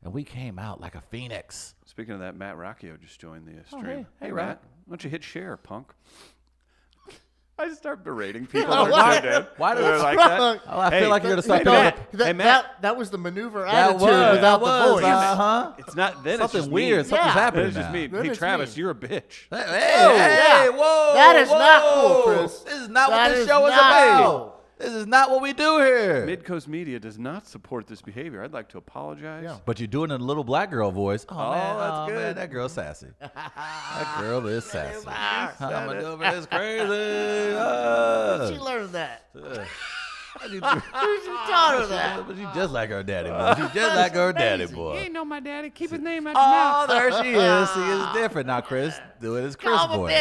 [SPEAKER 1] and we came out like a phoenix.
[SPEAKER 2] Speaking of that, Matt Rocchio just joined the uh, stream.
[SPEAKER 1] Oh, hey. Hey, Rock.
[SPEAKER 2] Matt, why don't you hit share, punk? *laughs* I just start berating
[SPEAKER 1] *laughs*
[SPEAKER 2] people.
[SPEAKER 1] Why-
[SPEAKER 2] that are tuned in.
[SPEAKER 1] why
[SPEAKER 2] They're
[SPEAKER 1] does-
[SPEAKER 2] like that.
[SPEAKER 3] Wrong.
[SPEAKER 1] Oh, I feel
[SPEAKER 2] Hey,
[SPEAKER 1] like you're gonna
[SPEAKER 2] hey,
[SPEAKER 1] start
[SPEAKER 2] Matt.
[SPEAKER 1] throwing
[SPEAKER 2] Matt.
[SPEAKER 1] up-
[SPEAKER 3] That,
[SPEAKER 2] Hey, Matt.
[SPEAKER 3] that, that was the maneuver
[SPEAKER 1] That
[SPEAKER 3] attitude
[SPEAKER 1] was,
[SPEAKER 3] without
[SPEAKER 1] that was,
[SPEAKER 3] the voice.
[SPEAKER 1] uh-huh.
[SPEAKER 2] It's not then. it's
[SPEAKER 1] Something
[SPEAKER 2] just
[SPEAKER 1] weird.
[SPEAKER 2] Me.
[SPEAKER 1] Something's
[SPEAKER 3] Yeah.
[SPEAKER 1] happening
[SPEAKER 2] It's just
[SPEAKER 1] now.
[SPEAKER 2] me.
[SPEAKER 3] Then
[SPEAKER 2] hey,
[SPEAKER 3] it's
[SPEAKER 2] Travis,
[SPEAKER 3] me.
[SPEAKER 2] you're a bitch.
[SPEAKER 1] Hey,
[SPEAKER 3] Oh,
[SPEAKER 1] hey,
[SPEAKER 3] yeah.
[SPEAKER 1] whoa!
[SPEAKER 3] That is
[SPEAKER 1] whoa.
[SPEAKER 3] not cool, Chris.
[SPEAKER 1] This is not
[SPEAKER 3] That
[SPEAKER 1] what this
[SPEAKER 3] is
[SPEAKER 1] show is
[SPEAKER 3] not
[SPEAKER 1] about.
[SPEAKER 3] cool.
[SPEAKER 1] This is not what we do here.
[SPEAKER 2] Midcoast Media does not support this behavior. I'd like to apologize.
[SPEAKER 3] Yeah.
[SPEAKER 1] but you do it in a little black girl voice. Oh, man,
[SPEAKER 2] that's
[SPEAKER 1] oh, man,
[SPEAKER 2] good.
[SPEAKER 1] that girl's sassy. *laughs* that girl is *laughs* sassy. I'm
[SPEAKER 2] it.
[SPEAKER 1] gonna go for this *laughs* crazy. Uh,
[SPEAKER 3] She learned that.
[SPEAKER 1] but you do-
[SPEAKER 3] Who's your daughter that?
[SPEAKER 1] but she *laughs* just like her daddy boy. She just like her daddy
[SPEAKER 3] amazing.
[SPEAKER 1] boy.
[SPEAKER 2] know my daddy. Keep his name out
[SPEAKER 1] Oh, there *laughs* she is. She is different now, Chris. Do it as Chris
[SPEAKER 3] Call him a
[SPEAKER 1] voice.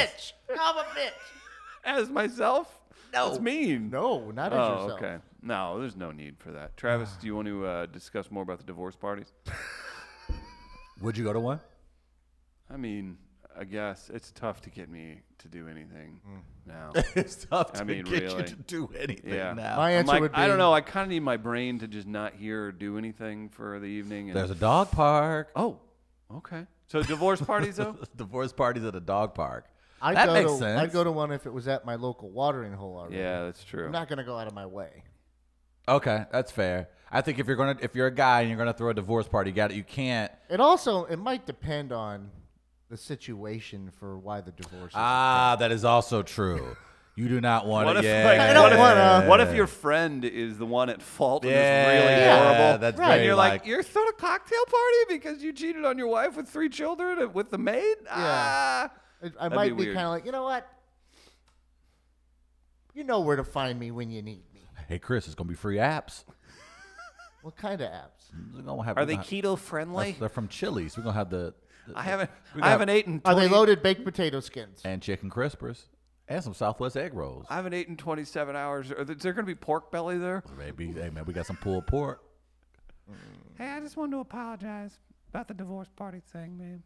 [SPEAKER 3] bitch. Call him a bitch.
[SPEAKER 2] As myself?
[SPEAKER 1] No.
[SPEAKER 2] It's mean.
[SPEAKER 3] No, not as
[SPEAKER 2] Oh,
[SPEAKER 3] yourself.
[SPEAKER 2] okay. No, there's no need for that. Travis, do you want to uh, discuss more about the divorce parties?
[SPEAKER 1] Would you go to one? *laughs*
[SPEAKER 2] I mean, I guess it's tough to get me to do anything now.
[SPEAKER 1] It's tough to
[SPEAKER 2] I mean,
[SPEAKER 1] get you
[SPEAKER 2] really.
[SPEAKER 1] to do anything
[SPEAKER 2] Yeah.
[SPEAKER 1] now.
[SPEAKER 3] My
[SPEAKER 2] I'm
[SPEAKER 3] answer
[SPEAKER 2] like,
[SPEAKER 3] would be
[SPEAKER 2] I don't know. I kind of need my brain to just not hear or do anything for the evening. And,
[SPEAKER 1] There's a dog park.
[SPEAKER 2] oh, okay. So divorce parties though?
[SPEAKER 3] *laughs*
[SPEAKER 1] *laughs* Divorce parties at a dog park.
[SPEAKER 3] I'd
[SPEAKER 1] that
[SPEAKER 3] go
[SPEAKER 1] makes
[SPEAKER 3] to,
[SPEAKER 1] sense.
[SPEAKER 3] I'd go to one if it was at my local watering hole already.
[SPEAKER 2] yeah, that's true.
[SPEAKER 3] I'm not gonna go out of my way.
[SPEAKER 1] okay, that's fair. I think if you're gonna if you're a guy and you're gonna throw a divorce party, you got it. You can't.
[SPEAKER 3] It also it might depend on the situation for why the divorce. is-
[SPEAKER 1] Ah, that is also true. You do not want
[SPEAKER 2] What
[SPEAKER 1] it.
[SPEAKER 2] if,
[SPEAKER 1] yeah.
[SPEAKER 2] like,
[SPEAKER 3] I don't
[SPEAKER 2] what, if,
[SPEAKER 3] wanna-
[SPEAKER 2] what if your friend is the one at fault and
[SPEAKER 1] Yeah,
[SPEAKER 2] is really
[SPEAKER 1] yeah,
[SPEAKER 2] horrible?
[SPEAKER 1] that's
[SPEAKER 3] Right.
[SPEAKER 1] very
[SPEAKER 2] and you're
[SPEAKER 1] like,
[SPEAKER 2] like, you're throwing a cocktail party because you cheated on your wife with three children and with the maid? Ah.
[SPEAKER 3] It- I
[SPEAKER 2] That'd
[SPEAKER 3] might
[SPEAKER 2] be
[SPEAKER 3] be
[SPEAKER 2] weird.
[SPEAKER 3] kind of like you know what, you know where to find me when you need me.
[SPEAKER 1] hey Chris, it's gonna be free apps.
[SPEAKER 3] What kind of apps?
[SPEAKER 1] We're gonna have,
[SPEAKER 2] Are
[SPEAKER 1] we're
[SPEAKER 2] they
[SPEAKER 1] gonna-
[SPEAKER 2] keto friendly?
[SPEAKER 1] They're from Chili's. We're gonna have the, the-
[SPEAKER 2] I *laughs* haven't
[SPEAKER 1] we
[SPEAKER 2] I
[SPEAKER 1] got-
[SPEAKER 2] haven't eaten
[SPEAKER 3] Are they
[SPEAKER 2] 20
[SPEAKER 3] loaded baked potato skins?
[SPEAKER 1] and chicken crispers and some Southwest egg rolls.
[SPEAKER 2] I haven't eaten 27 hours. Are there, is there going to be pork belly there?
[SPEAKER 1] Maybe hey man, we got some pulled pork.
[SPEAKER 2] Hey, I just wanted to apologize about the divorce party thing, man.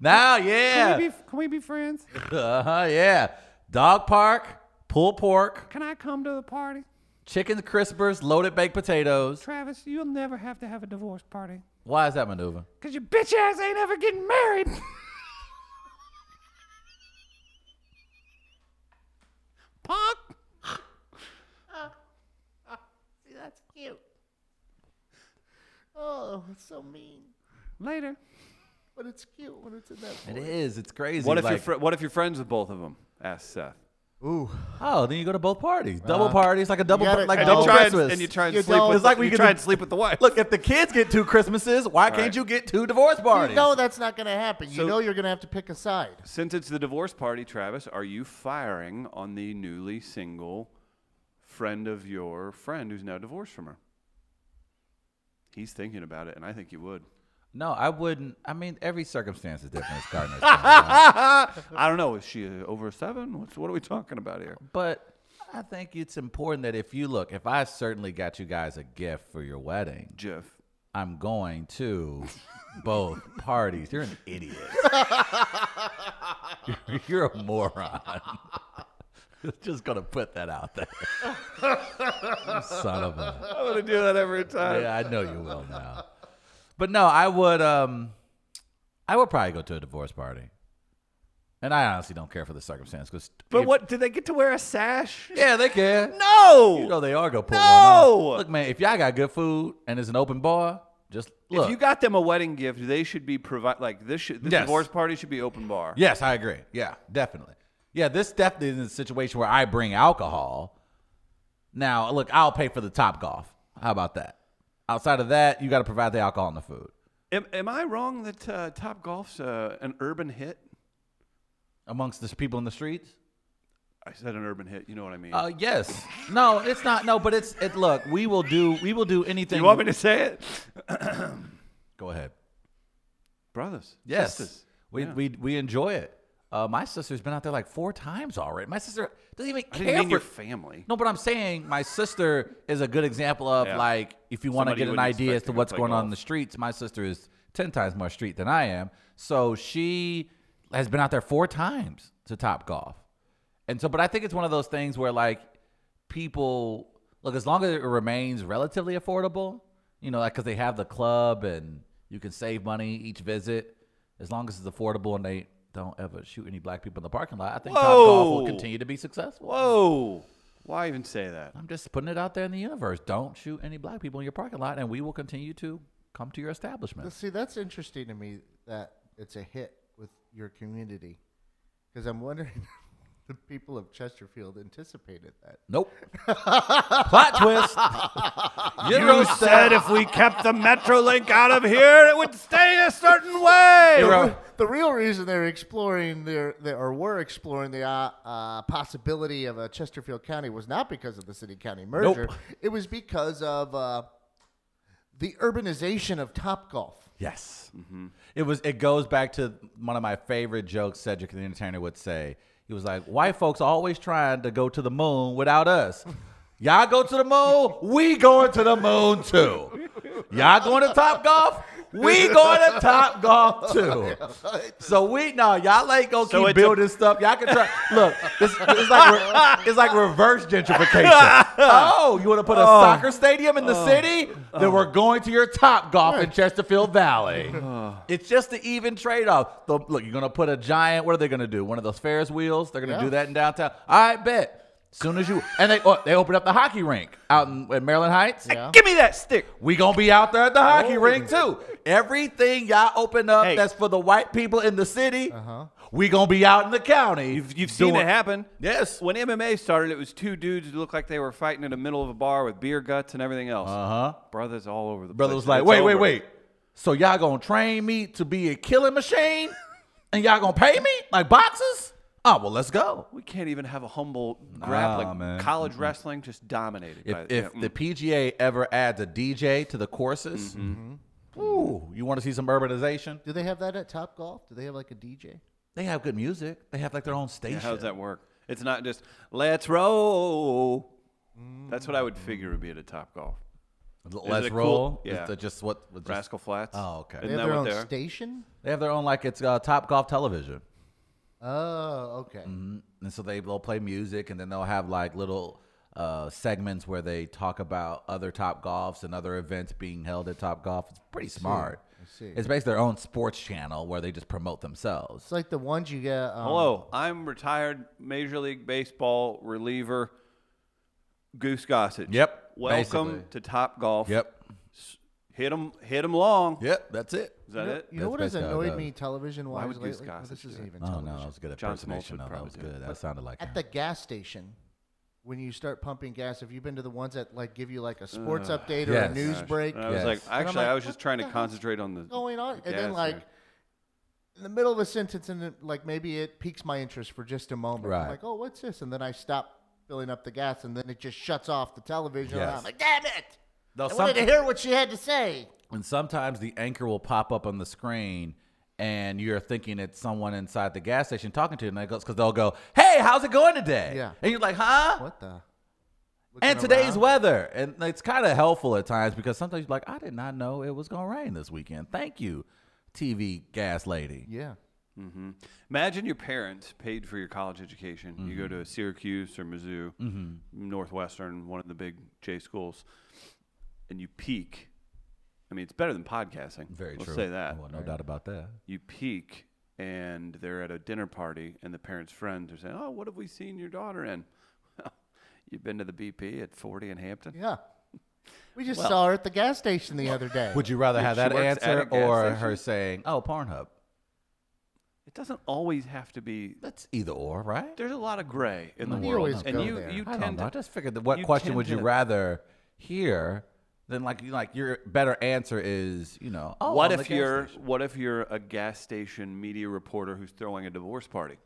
[SPEAKER 1] Now, yeah,
[SPEAKER 2] be, can we be friends?
[SPEAKER 1] *laughs* uh huh, yeah. Dog park, pulled pork,
[SPEAKER 2] Can I come to the party?
[SPEAKER 1] chicken crispers, loaded baked potatoes.
[SPEAKER 2] Travis, you'll never have to have a divorce party
[SPEAKER 1] Why is that maneuver?
[SPEAKER 2] because your bitch ass ain't ever getting married. *laughs* Punk!
[SPEAKER 3] That's cute. Oh, it's so mean,
[SPEAKER 2] Later.
[SPEAKER 3] but it's cute when it's in
[SPEAKER 1] It
[SPEAKER 3] that.
[SPEAKER 1] is. It's crazy.
[SPEAKER 2] What if, you're
[SPEAKER 1] like,
[SPEAKER 2] fri what if you're friends with both of them? Asked Seth.
[SPEAKER 3] Ooh,
[SPEAKER 1] Oh, then you go to both parties. Double parties, like a double,
[SPEAKER 3] gotta-
[SPEAKER 1] like
[SPEAKER 3] and you
[SPEAKER 1] double
[SPEAKER 2] try and,
[SPEAKER 1] Christmas.
[SPEAKER 2] and you try and
[SPEAKER 3] You
[SPEAKER 2] sleep
[SPEAKER 3] don't-
[SPEAKER 2] with
[SPEAKER 1] It's like we
[SPEAKER 2] you
[SPEAKER 1] could
[SPEAKER 2] try
[SPEAKER 1] do-
[SPEAKER 2] and sleep with the wife.
[SPEAKER 1] Look, if the kids get two Christmases, why can't
[SPEAKER 2] right.
[SPEAKER 1] you get two divorce
[SPEAKER 3] you
[SPEAKER 1] parties?
[SPEAKER 3] know that's not gonna happen. You
[SPEAKER 2] So-
[SPEAKER 3] know you're gonna have to pick a side.
[SPEAKER 2] Since it's the divorce party, Travis, are you firing on the newly single friend of your friend who's now divorced from her? He's thinking about it, and I think he would.
[SPEAKER 1] no, I wouldn't. I mean, every circumstance is different. As
[SPEAKER 3] *laughs*
[SPEAKER 1] Gardner's
[SPEAKER 2] I don't know. Is she uh, over seven? What's, what are we talking about here?
[SPEAKER 1] But I think it's important that if you look, if I certainly got you guys a gift for your wedding,
[SPEAKER 2] Jeff.
[SPEAKER 1] I'm going to both parties. You're an idiot. You're a moron. *laughs* Just gonna put that out there. You Son of a.
[SPEAKER 2] I'm going to do that every time.
[SPEAKER 1] Yeah, I know you will now. But no, I would. Um, I would probably go to a divorce party, and I honestly don't care for the circumstance. Because
[SPEAKER 2] But what? Did they get to wear a sash?
[SPEAKER 1] Yeah, they care.
[SPEAKER 2] No!
[SPEAKER 1] You know they are gonna put
[SPEAKER 2] No!
[SPEAKER 1] one on. Look, man, if y'all got good food and it's an open bar, just look.
[SPEAKER 2] if you got them a wedding gift, they should be provide like this. Should, this
[SPEAKER 1] Yes.
[SPEAKER 2] divorce party should be open bar.
[SPEAKER 1] yes, I agree. Yeah, definitely. Yeah, this definitely is a situation where I bring alcohol. Now, look, I'll pay for the top golf. How about that? Outside of that, you got to provide the alcohol and the food.
[SPEAKER 2] Am, am I wrong that uh, Top Golf's uh, an urban hit?
[SPEAKER 1] amongst the people in the streets?
[SPEAKER 2] I said an urban hit. You know what I mean.
[SPEAKER 1] Uh, yes. No, it's not. No, but it's it. Look, we will do. We will do anything.
[SPEAKER 2] you want me to say it?
[SPEAKER 1] Go ahead.
[SPEAKER 2] Brothers.
[SPEAKER 1] Yes.
[SPEAKER 2] sisters.
[SPEAKER 1] We,
[SPEAKER 2] Yeah.
[SPEAKER 1] we we enjoy it. Uh, my sister's been out there like four times already. My sister doesn't even
[SPEAKER 2] I
[SPEAKER 1] care
[SPEAKER 2] didn't mean
[SPEAKER 1] for
[SPEAKER 2] your family.
[SPEAKER 1] No, but I'm saying my sister is a good example of
[SPEAKER 2] Yeah.
[SPEAKER 1] like if you want to
[SPEAKER 2] Somebody
[SPEAKER 1] get
[SPEAKER 2] you
[SPEAKER 1] an
[SPEAKER 2] wouldn't
[SPEAKER 1] idea
[SPEAKER 2] expect
[SPEAKER 1] as
[SPEAKER 2] to
[SPEAKER 1] to
[SPEAKER 2] go
[SPEAKER 1] what's
[SPEAKER 2] play
[SPEAKER 1] going on in the
[SPEAKER 2] golf.
[SPEAKER 1] streets, my sister is ten times more street than I am. So she has been out there four times to Top Golf, and so. But I think it's one of those things where like people look as long as it remains relatively affordable, you know, like because they have the club and you can save money each visit as long as it's affordable and they don't ever shoot any black people in the parking lot. I think Top Golf will
[SPEAKER 2] Whoa.
[SPEAKER 1] continue to be successful.
[SPEAKER 2] Whoa. Oh, Why even say that?
[SPEAKER 1] I'm just putting it out there in the universe. Don't shoot any black people in your parking lot, and we will continue to come to your establishment.
[SPEAKER 3] See, that's interesting to me that it's a hit with your community, because I'm wondering *laughs* if the people of Chesterfield anticipated that.
[SPEAKER 1] Nope. Plot twist. Euro
[SPEAKER 2] said if we kept the MetroLink out of here, it would stay a certain way.
[SPEAKER 1] Euro-
[SPEAKER 3] *laughs* The real reason they're exploring their, they, or were exploring the uh, uh, possibility of a Chesterfield County was not because of the city county merger. It was because of uh, the urbanization of Topgolf.
[SPEAKER 1] Yes. It was. It goes back to one of my favorite jokes. Cedric the Entertainer would say. He was like, "White folks always trying to go to the moon without us. Y'all go to the moon, we going to the moon too. Y'all going to Top Golf, we going to Top Golf too. So we no, y'all ain't gonna
[SPEAKER 2] So
[SPEAKER 1] keep
[SPEAKER 2] it's a-
[SPEAKER 1] building stuff. Y'all can try. Look, it's, it's like re- it's like reverse gentrification. oh, you want to put a soccer stadium in the city? Then we're going to your Top Golf in Chesterfield Valley. *sighs* it's just the even trade off. Look, you're gonna put a giant. What are they gonna do? One of those Ferris wheels? They're gonna
[SPEAKER 3] Yeah.
[SPEAKER 1] do that in downtown. I bet. Soon as you and they oh, they opened up the hockey rink out in, in Maryland Heights.
[SPEAKER 3] Yeah.
[SPEAKER 2] Give me that stick.
[SPEAKER 1] We gonna be out there at the hockey rink too. Everything y'all open up
[SPEAKER 2] Hey. Uh-huh.
[SPEAKER 1] that's for the white people in the city, we gonna be out in the county.
[SPEAKER 2] You've, you've seen it
[SPEAKER 1] doing-
[SPEAKER 2] happen.
[SPEAKER 1] Yes.
[SPEAKER 2] When MMA started, it was two dudes who looked like they were fighting in the middle of a bar with beer guts and everything else.
[SPEAKER 1] Uh huh.
[SPEAKER 2] Brothers all over the
[SPEAKER 1] Brother
[SPEAKER 2] place.
[SPEAKER 1] was like,
[SPEAKER 2] It's
[SPEAKER 1] wait, wait,
[SPEAKER 2] over.
[SPEAKER 1] wait. So y'all gonna train me to be a killing machine, and y'all gonna pay me like boxes? Oh well, let's go.
[SPEAKER 2] We can't even have a humble grappling.
[SPEAKER 1] man.
[SPEAKER 2] College wrestling just dominated.
[SPEAKER 1] If,
[SPEAKER 2] by, Mm,
[SPEAKER 1] if *laughs*
[SPEAKER 2] yeah,
[SPEAKER 1] the PGA ever adds a DJ to the courses,
[SPEAKER 2] Mm-hmm.
[SPEAKER 1] ooh, you want to see some urbanization?
[SPEAKER 3] Do they have that at Topgolf? Do they have like a DJ?
[SPEAKER 1] They have good music. They have like their own station.
[SPEAKER 2] Yeah, how does that work? It's not just let's roll. That's what I would figure would be at a top golf.
[SPEAKER 1] L-
[SPEAKER 2] Is
[SPEAKER 1] Let's
[SPEAKER 2] it cool?
[SPEAKER 1] roll.
[SPEAKER 2] Yeah.
[SPEAKER 1] Is that just what? what just-
[SPEAKER 2] Rascal Flats.
[SPEAKER 1] Oh, okay.
[SPEAKER 2] Isn't
[SPEAKER 3] They have
[SPEAKER 2] that
[SPEAKER 3] their
[SPEAKER 2] what
[SPEAKER 3] own
[SPEAKER 2] they're?
[SPEAKER 3] station.
[SPEAKER 1] They have their own like it's uh, Top Golf Television,
[SPEAKER 3] Oh, okay.
[SPEAKER 1] and so they they'll play music, and then they'll have like little uh, segments where they talk about other Top Golfs and other events being held at Top Golf. It's pretty smart.
[SPEAKER 3] see.
[SPEAKER 1] It's basically their own sports channel where they just promote themselves.
[SPEAKER 3] It's like the ones you get. Um,
[SPEAKER 2] Hello, I'm retired Major League Baseball reliever Goose Gossage.
[SPEAKER 1] Yep,
[SPEAKER 2] Welcome
[SPEAKER 1] basically.
[SPEAKER 2] to Top Golf.
[SPEAKER 1] Yep,
[SPEAKER 2] Hit him, hit him long.
[SPEAKER 1] yep, that's it.
[SPEAKER 2] Is that it?
[SPEAKER 3] You know
[SPEAKER 1] That's
[SPEAKER 3] what has
[SPEAKER 1] basically how it
[SPEAKER 3] annoyed
[SPEAKER 1] does.
[SPEAKER 3] me television
[SPEAKER 2] Why
[SPEAKER 3] wise
[SPEAKER 2] would Goose
[SPEAKER 3] lately? Oh,
[SPEAKER 2] Gossage
[SPEAKER 3] this
[SPEAKER 2] do
[SPEAKER 3] isn't
[SPEAKER 2] that?
[SPEAKER 3] even
[SPEAKER 1] Oh
[SPEAKER 3] television.
[SPEAKER 1] no, that was a good
[SPEAKER 2] John Smoltz
[SPEAKER 1] impersonation.
[SPEAKER 2] would
[SPEAKER 1] though. That
[SPEAKER 2] probably
[SPEAKER 1] was
[SPEAKER 2] do it.
[SPEAKER 1] good. That sounded like *laughs*
[SPEAKER 3] At
[SPEAKER 1] him.
[SPEAKER 3] the gas station, when you start pumping gas, if you've been to the ones that like give you like a sports update or
[SPEAKER 1] yes.
[SPEAKER 3] a news
[SPEAKER 2] Gosh.
[SPEAKER 3] break,
[SPEAKER 2] And I was
[SPEAKER 1] Yes.
[SPEAKER 2] like,
[SPEAKER 1] And
[SPEAKER 3] I'm
[SPEAKER 2] actually,
[SPEAKER 3] like,
[SPEAKER 2] I was just
[SPEAKER 3] what
[SPEAKER 2] trying to
[SPEAKER 3] the hell's
[SPEAKER 2] concentrate on the
[SPEAKER 3] going on,
[SPEAKER 2] the
[SPEAKER 3] and then
[SPEAKER 2] gas
[SPEAKER 3] like
[SPEAKER 2] there.
[SPEAKER 3] in the middle of a sentence, and it, like maybe it piques my interest for just a moment. I'm
[SPEAKER 1] Right.
[SPEAKER 3] like, oh, what's this? And then I stop filling up the gas, and then it just shuts off the television. And
[SPEAKER 1] Yes.
[SPEAKER 3] I'm like, damn it!
[SPEAKER 1] Though
[SPEAKER 3] I wanted to
[SPEAKER 1] some-
[SPEAKER 3] hear what she had to say.
[SPEAKER 1] and sometimes the anchor will pop up on the screen and you're thinking it's someone inside the gas station talking to you and it goes because they'll go hey how's it going today
[SPEAKER 3] Yeah.
[SPEAKER 1] and you're like huh
[SPEAKER 3] What the?
[SPEAKER 1] and
[SPEAKER 3] Looking
[SPEAKER 1] today's
[SPEAKER 3] around.
[SPEAKER 1] weather and it's kind of helpful at times because sometimes you're like i did not know it was going to rain this weekend thank you tv gas lady
[SPEAKER 3] Yeah.
[SPEAKER 2] Imagine your parents paid for your college education. You
[SPEAKER 1] Mm-hmm.
[SPEAKER 2] go to Syracuse or Mizzou, Northwestern, one of the big J schools, and you peak. I mean, it's better than podcasting.
[SPEAKER 1] very
[SPEAKER 2] Let's
[SPEAKER 1] true
[SPEAKER 2] Say that.
[SPEAKER 1] well no doubt about that
[SPEAKER 2] You peak, and they're at a dinner party, and the parents' friends are saying, "Oh, what have we seen your daughter in? *laughs* Well, you've been to the BP at 40 in Hampton.
[SPEAKER 3] Yeah. We just saw her at the gas station the other day.
[SPEAKER 1] would you rather
[SPEAKER 2] Uh, Yeah,
[SPEAKER 1] have
[SPEAKER 2] she
[SPEAKER 1] that
[SPEAKER 2] works at a
[SPEAKER 1] answer
[SPEAKER 2] gas
[SPEAKER 1] or
[SPEAKER 2] station.
[SPEAKER 1] her saying oh pornhub
[SPEAKER 2] It doesn't always have to be.
[SPEAKER 1] that's either or right
[SPEAKER 2] There's a lot of gray in the
[SPEAKER 3] We
[SPEAKER 2] world,
[SPEAKER 3] always
[SPEAKER 2] and
[SPEAKER 3] go
[SPEAKER 2] you
[SPEAKER 3] there.
[SPEAKER 2] you
[SPEAKER 1] I
[SPEAKER 2] tend
[SPEAKER 1] don't know. I
[SPEAKER 2] to
[SPEAKER 1] just figured that what
[SPEAKER 2] you
[SPEAKER 1] question
[SPEAKER 2] tend
[SPEAKER 1] would you
[SPEAKER 2] to-
[SPEAKER 1] rather hear Then like you like your better answer is you know oh,
[SPEAKER 2] what
[SPEAKER 1] I'm
[SPEAKER 2] if
[SPEAKER 1] the gas
[SPEAKER 2] you're
[SPEAKER 1] station.
[SPEAKER 2] what if you're a gas station media reporter who's throwing a divorce party?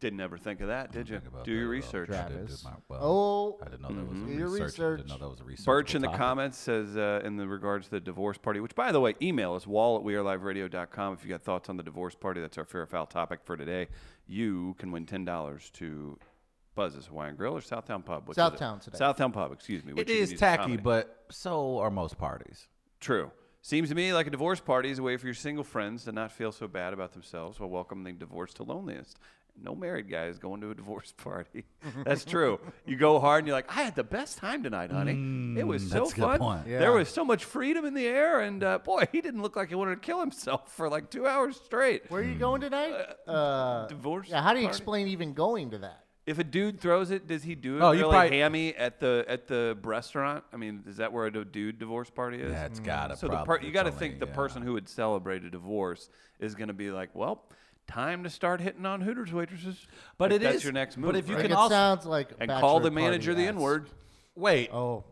[SPEAKER 2] Didn't ever think of that, did you?
[SPEAKER 1] Think about
[SPEAKER 2] Do your
[SPEAKER 1] that.
[SPEAKER 2] research. Mm-hmm.
[SPEAKER 1] Well, I did do
[SPEAKER 3] Travis.
[SPEAKER 1] my- well,
[SPEAKER 3] Oh,
[SPEAKER 1] I didn't know that was
[SPEAKER 3] Do your
[SPEAKER 1] a research. I
[SPEAKER 3] research.
[SPEAKER 1] didn't know that was a research.
[SPEAKER 2] Birch in the comments says, uh, in the regards to the divorce party, which, by the way, email us wall at weareliveradio.com if you got thoughts on the divorce party. That's our fair or foul topic for today. You can win ten dollars to Buzz's Hawaiian Grill or Southtown Pub. Which is it?
[SPEAKER 3] Southtown today.
[SPEAKER 2] Southtown Pub, excuse me.
[SPEAKER 1] It
[SPEAKER 2] which you can
[SPEAKER 1] is
[SPEAKER 2] use to
[SPEAKER 1] tacky,
[SPEAKER 2] accommodate.
[SPEAKER 1] but so are most parties.
[SPEAKER 2] True. Seems to me like a divorce party is a way for your single friends to not feel so bad about themselves while welcoming divorce to loneliness. No married guy is going to a *laughs* divorce party. That's true. You go hard and you're like, I had the best time tonight, honey. it was so
[SPEAKER 1] Mm, that's a good
[SPEAKER 2] fun.
[SPEAKER 1] point.
[SPEAKER 3] Yeah.
[SPEAKER 2] There was so much freedom in the air, and uh, boy, he didn't look like he wanted to kill himself for like two hours straight.
[SPEAKER 3] Where are you going tonight? Uh,
[SPEAKER 2] divorce
[SPEAKER 3] Yeah, how do you
[SPEAKER 2] party.
[SPEAKER 3] explain even going to that?
[SPEAKER 2] If a dude throws it, does he do it
[SPEAKER 1] Oh, you
[SPEAKER 2] really
[SPEAKER 1] probably-
[SPEAKER 2] hammy at the at the restaurant? I mean, is that where a dude divorce party is?
[SPEAKER 1] That's gotta.
[SPEAKER 2] Mm. So the part
[SPEAKER 1] probably-
[SPEAKER 2] you got to
[SPEAKER 1] it's
[SPEAKER 2] think
[SPEAKER 1] only-
[SPEAKER 2] the
[SPEAKER 1] yeah.
[SPEAKER 2] person who would celebrate a divorce is going to be like, well, time to start hitting on Hooters waitresses.
[SPEAKER 1] But
[SPEAKER 2] if
[SPEAKER 1] it
[SPEAKER 2] that's
[SPEAKER 1] is-
[SPEAKER 2] your next
[SPEAKER 1] but
[SPEAKER 2] move.
[SPEAKER 1] if you
[SPEAKER 2] right?
[SPEAKER 3] Like
[SPEAKER 1] can
[SPEAKER 3] it
[SPEAKER 1] also-
[SPEAKER 3] sounds like
[SPEAKER 2] and call
[SPEAKER 3] bachelor
[SPEAKER 2] the manager the
[SPEAKER 3] party-esque.
[SPEAKER 2] N word,
[SPEAKER 1] Wait,
[SPEAKER 3] Oh,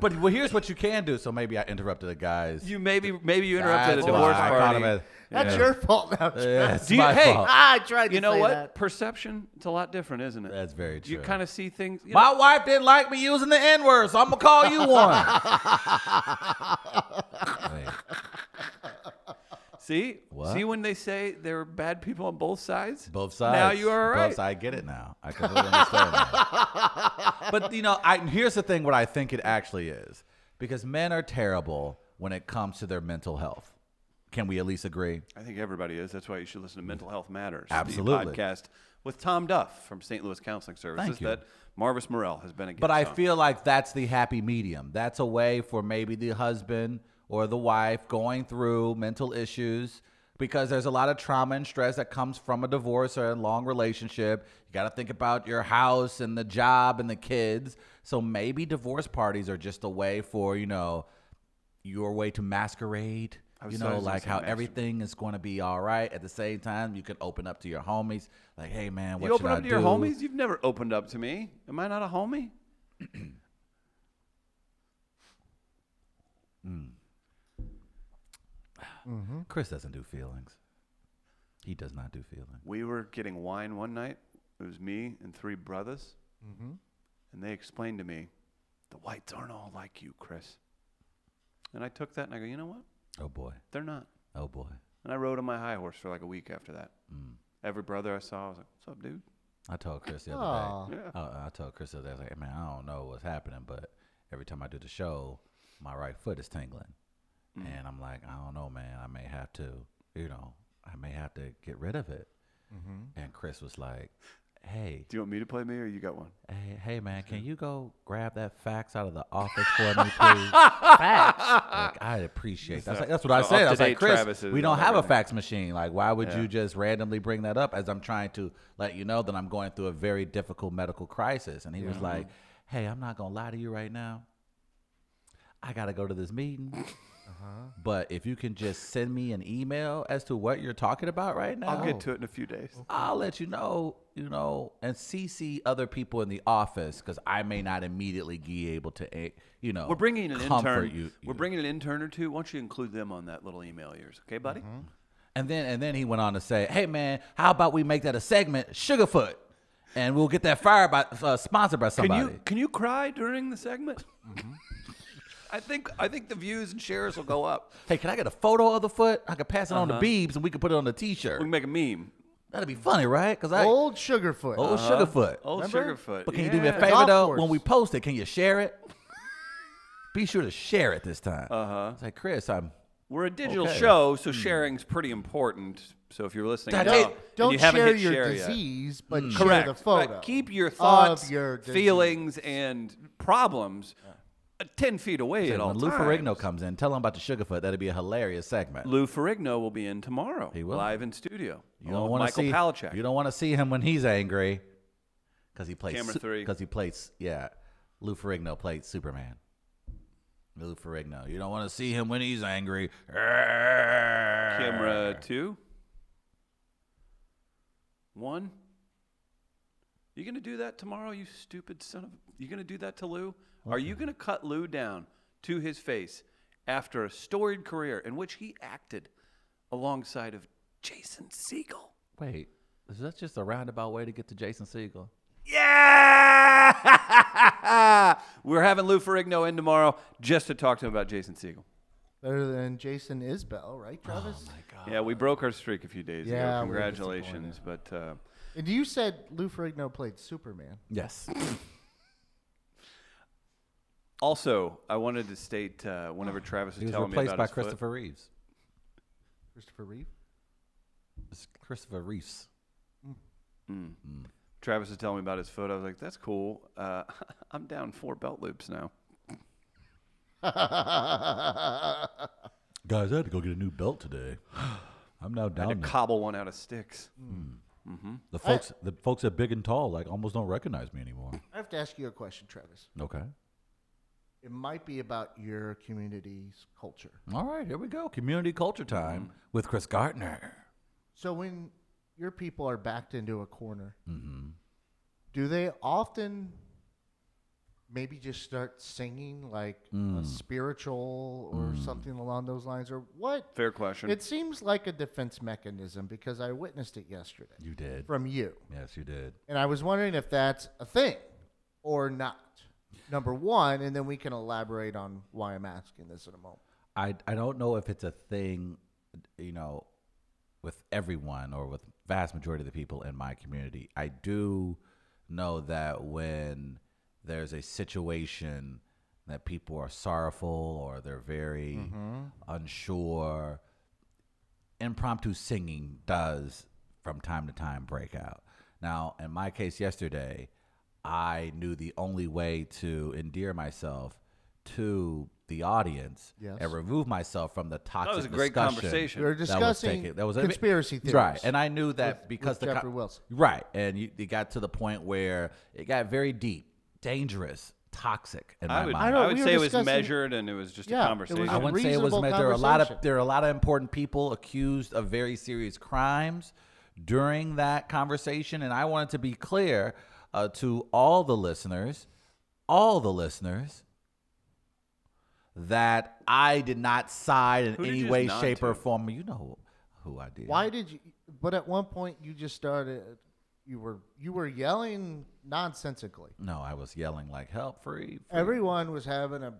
[SPEAKER 1] but well, here's what you can do. So maybe I interrupted the guys.
[SPEAKER 2] you maybe maybe you interrupted
[SPEAKER 1] That's
[SPEAKER 2] a divorce
[SPEAKER 1] why I caught
[SPEAKER 2] party.
[SPEAKER 1] him at-
[SPEAKER 3] that's
[SPEAKER 1] Yeah.
[SPEAKER 3] your fault now.
[SPEAKER 1] Yeah,
[SPEAKER 2] *laughs*
[SPEAKER 3] Travis.
[SPEAKER 1] it's
[SPEAKER 2] Do you-
[SPEAKER 1] my
[SPEAKER 2] hey,
[SPEAKER 1] fault.
[SPEAKER 3] *laughs* Ah, I tried to
[SPEAKER 2] you know
[SPEAKER 3] say
[SPEAKER 2] what?
[SPEAKER 3] that.
[SPEAKER 2] Perception, it's a lot different, isn't it?
[SPEAKER 1] That's very true.
[SPEAKER 2] You kind of see things. you
[SPEAKER 1] *laughs* My wife didn't like me using the N word, so I'm gonna call
[SPEAKER 2] *laughs*
[SPEAKER 1] you one. Wait,
[SPEAKER 2] know, see,
[SPEAKER 1] What?
[SPEAKER 2] see when they say there are bad people on both sides.
[SPEAKER 1] both sides.
[SPEAKER 2] Now you are all right.
[SPEAKER 1] Both sides, I get it now. I completely understand.
[SPEAKER 2] *laughs*
[SPEAKER 1] now. But you know, I, here's the thing: what I think it actually is, because men are terrible when it comes to their mental health. Can we at least agree?
[SPEAKER 2] I think everybody is. That's why you should listen to Mental Health Matters, the
[SPEAKER 1] Absolutely.
[SPEAKER 2] podcast with Tom Duff from St. Louis Counseling Services
[SPEAKER 1] you.
[SPEAKER 2] that Marvis Morell has been a guest
[SPEAKER 1] But I
[SPEAKER 2] on.
[SPEAKER 1] feel like that's the happy medium. That's a way for maybe the husband or the wife going through mental issues because there's a lot of trauma and stress that comes from a divorce or a long relationship. You got to think about your house and the job and the kids. So maybe divorce parties are just a way for, you know, your way to masquerade.
[SPEAKER 2] I
[SPEAKER 1] You
[SPEAKER 2] was- I was
[SPEAKER 1] know,
[SPEAKER 2] gonna
[SPEAKER 1] like
[SPEAKER 2] say
[SPEAKER 1] how
[SPEAKER 2] masturb-
[SPEAKER 1] everything is going to be all right. At the same time, you can open up to your homies. Like, hey man, what
[SPEAKER 2] you open
[SPEAKER 1] should
[SPEAKER 2] up
[SPEAKER 1] I
[SPEAKER 2] to your
[SPEAKER 1] do?"
[SPEAKER 2] homies? You've never opened up to me. Am I not a homie?
[SPEAKER 1] Chris doesn't do feelings. He does not do feelings.
[SPEAKER 2] We were getting wine one night. It was me and three brothers. Mm-hmm. And they explained to me, the whites aren't all like you, Chris. And I took that and I go, you know what?
[SPEAKER 1] Oh boy.
[SPEAKER 2] They're not.
[SPEAKER 1] Oh boy.
[SPEAKER 2] And I rode on my high horse for like a week after that.
[SPEAKER 1] Mm.
[SPEAKER 2] Every brother I saw, I was like, what's up, dude?
[SPEAKER 1] I told Chris the other
[SPEAKER 3] Aw.
[SPEAKER 1] day. Uh, I, I told Chris the other day, I was like, man, I don't know what's happening, but every time I do the show, my right foot is tingling. And I'm like, I don't know, man. I may have to, you know, I may have to get rid of it. And Chris was like, hey,
[SPEAKER 2] Do you want me to play me or you got one?
[SPEAKER 1] hey, hey, man, can you go grab that fax out of the office for
[SPEAKER 2] *laughs*
[SPEAKER 1] me, please? Like, I appreciate that. That's, like- that's what I
[SPEAKER 2] so
[SPEAKER 1] said. I was
[SPEAKER 2] up-to-date
[SPEAKER 1] like, Chris,
[SPEAKER 2] Travis is
[SPEAKER 1] we don't
[SPEAKER 2] on
[SPEAKER 1] have a
[SPEAKER 2] everything."
[SPEAKER 1] fax machine. Like, why would
[SPEAKER 2] Yeah.
[SPEAKER 1] you just randomly bring that up as I'm trying to let you know that I'm going through a very difficult medical crisis? And he
[SPEAKER 2] Mm-hmm.
[SPEAKER 1] was like, hey, I'm not going to lie to you right now. I got to go to this meeting.
[SPEAKER 2] Uh-huh.
[SPEAKER 1] But if you can just send me an email as to what you're talking about right now,
[SPEAKER 2] I'll get to it in a few days.
[SPEAKER 1] I'll let you know, you know, and CC other people in the office because I may not immediately be able to, eh, you know,
[SPEAKER 2] We're bringing an
[SPEAKER 1] comfort
[SPEAKER 2] intern.
[SPEAKER 1] You,
[SPEAKER 2] We're
[SPEAKER 1] you.
[SPEAKER 2] bringing an intern or two. Why don't you include them on that little email of yours, okay, buddy?
[SPEAKER 1] Mm-hmm. And then and then he went on to say, "Hey man, how about we make that a segment, Sugarfoot, and we'll get that fire by uh, sponsored by
[SPEAKER 2] Can
[SPEAKER 1] somebody." Mm-hmm.
[SPEAKER 2] you can you cry during the segment? I think I think the views and shares will go up.
[SPEAKER 1] hey, can I get a photo of the foot? I could pass it
[SPEAKER 2] Uh-huh.
[SPEAKER 1] on to Beebs, and we could put it on a T-shirt.
[SPEAKER 2] We can make a meme.
[SPEAKER 1] That'd be funny, right? Because I old,
[SPEAKER 3] Old Sugarfoot.
[SPEAKER 1] Sugarfoot.
[SPEAKER 2] Old
[SPEAKER 3] Remember?
[SPEAKER 2] Sugarfoot.
[SPEAKER 1] but can you do me a
[SPEAKER 2] Oh, uh-huh. Yeah.
[SPEAKER 1] favor
[SPEAKER 3] Golf
[SPEAKER 1] though?
[SPEAKER 3] course.
[SPEAKER 1] When we post it, can you share
[SPEAKER 2] *laughs*
[SPEAKER 1] it? Be sure to share it this time. Uh
[SPEAKER 2] Uh-huh.
[SPEAKER 1] huh. It's like Chris, I'm.
[SPEAKER 2] We're a digital
[SPEAKER 1] Okay. Hmm.
[SPEAKER 2] show, so sharing's pretty important. So if you're listening,
[SPEAKER 1] That's
[SPEAKER 2] now
[SPEAKER 1] it.
[SPEAKER 2] and you
[SPEAKER 3] Don't
[SPEAKER 2] haven't
[SPEAKER 3] share
[SPEAKER 2] hit
[SPEAKER 3] your
[SPEAKER 2] share yet.
[SPEAKER 3] disease, but
[SPEAKER 1] Hmm.
[SPEAKER 3] share
[SPEAKER 2] Correct.
[SPEAKER 3] the photo.
[SPEAKER 2] Right. Keep your thoughts,
[SPEAKER 3] of your disease.
[SPEAKER 2] feelings, and problems uh, ten feet away at all
[SPEAKER 1] When Lou
[SPEAKER 2] times.
[SPEAKER 1] Ferrigno comes in, tell him about the Sugarfoot. That'd be a hilarious segment.
[SPEAKER 2] Lou Ferrigno will be in tomorrow.
[SPEAKER 1] He will.
[SPEAKER 2] live in studio.
[SPEAKER 1] You
[SPEAKER 2] along
[SPEAKER 1] don't
[SPEAKER 2] with
[SPEAKER 1] want to
[SPEAKER 2] Michael
[SPEAKER 1] see
[SPEAKER 2] Palachuk.
[SPEAKER 1] You don't want to see him when he's angry, because he plays
[SPEAKER 2] Camera
[SPEAKER 1] Su-
[SPEAKER 2] three.
[SPEAKER 1] Because he plays, yeah. Lou Ferrigno played Superman. Lou Ferrigno. You don't want to see him when he's angry. Camera.
[SPEAKER 2] Camera two. One. You gonna do that tomorrow, you stupid son of? You gonna do that to Lou? Are you gonna cut Lou down to his face after a storied career in which he acted alongside of Jason Segel.
[SPEAKER 1] Wait, is that just a roundabout way to get to Jason Siegel?
[SPEAKER 2] Yeah! *laughs* We're having Lou Ferrigno in tomorrow just to talk to him about Jason Siegel.
[SPEAKER 3] Better than Jason Isbell, right,
[SPEAKER 2] Oh,
[SPEAKER 3] Travis?
[SPEAKER 2] Yeah, we broke our streak a few days
[SPEAKER 3] Yeah,
[SPEAKER 2] ago.
[SPEAKER 3] we were
[SPEAKER 2] Congratulations. But uh,
[SPEAKER 3] and you said Lou Ferrigno played Superman.
[SPEAKER 1] Yes.
[SPEAKER 2] also, I wanted to state uh, whenever Travis
[SPEAKER 1] he
[SPEAKER 2] was
[SPEAKER 1] was
[SPEAKER 2] telling me
[SPEAKER 1] replaced
[SPEAKER 2] about
[SPEAKER 1] by
[SPEAKER 2] his foot-
[SPEAKER 1] Christopher Reeves.
[SPEAKER 3] Christopher Reeve.
[SPEAKER 1] It's Christopher Reeves.
[SPEAKER 2] Travis was telling me about his foot. I was like, that's cool. Uh, *laughs* I'm down four belt loops now.
[SPEAKER 1] Guys, I had to go get a new belt today. *gasps* I'm now
[SPEAKER 2] I
[SPEAKER 1] down.
[SPEAKER 2] had to
[SPEAKER 1] there.
[SPEAKER 2] cobble one out of sticks.
[SPEAKER 1] the folks, the folks at Big and Tall, like almost don't recognize me anymore.
[SPEAKER 3] I have to ask you a question, Travis.
[SPEAKER 1] Okay.
[SPEAKER 3] It might be about your community's culture.
[SPEAKER 1] All right, here we go. Community culture time with Chris Gardner.
[SPEAKER 3] So when your people are backed into a corner, do they often maybe just start singing like a spiritual or something along those lines, or what?
[SPEAKER 2] Fair question.
[SPEAKER 3] It seems like a defense mechanism because I witnessed it yesterday
[SPEAKER 1] You did.
[SPEAKER 3] from you,
[SPEAKER 1] Yes, you did.
[SPEAKER 3] and I was wondering if that's a thing or not. Number one, and then we can elaborate on why I'm asking this in a moment.
[SPEAKER 1] I I don't know if it's a thing, you know, with everyone or with vast majority of the people in my community. I do know that when there's a situation that people are sorrowful or they're very unsure, impromptu singing does from time to time break out. Now, in my case yesterday, I knew the only way to endear myself to the audience
[SPEAKER 3] Yes.
[SPEAKER 1] and remove myself from the toxic
[SPEAKER 2] that was a great
[SPEAKER 1] discussion
[SPEAKER 2] conversation.
[SPEAKER 3] We were
[SPEAKER 1] that was
[SPEAKER 3] discussing
[SPEAKER 1] taken- that was
[SPEAKER 3] conspiracy theories.
[SPEAKER 1] right? And I knew that because
[SPEAKER 3] with
[SPEAKER 1] the co-
[SPEAKER 3] Jeffrey Wilson.
[SPEAKER 1] right? And you, it got to the point where it got very deep, dangerous, toxic. In
[SPEAKER 2] I
[SPEAKER 1] my
[SPEAKER 2] would,
[SPEAKER 1] mind.
[SPEAKER 2] I
[SPEAKER 3] know,
[SPEAKER 2] would
[SPEAKER 3] we were
[SPEAKER 2] say it was
[SPEAKER 3] discussing-
[SPEAKER 2] measured and it was just
[SPEAKER 3] Yeah, it was
[SPEAKER 2] a
[SPEAKER 3] a
[SPEAKER 2] conversation.
[SPEAKER 1] I wouldn't say it was.
[SPEAKER 3] reasonable
[SPEAKER 1] There are a lot of
[SPEAKER 3] conversation.
[SPEAKER 1] there are a lot of important people accused of very serious crimes during that conversation, and I wanted to be clear uh, to all the listeners, all the listeners, that I did not side in
[SPEAKER 2] Who did
[SPEAKER 1] any
[SPEAKER 2] you
[SPEAKER 1] way,
[SPEAKER 2] nod
[SPEAKER 1] shape, or
[SPEAKER 2] to?
[SPEAKER 1] form. You know who I did.
[SPEAKER 3] Why did you? But at one point, you just started. You were you were yelling nonsensically.
[SPEAKER 1] No, I was yelling like "Help, free!" free."
[SPEAKER 3] Everyone was having a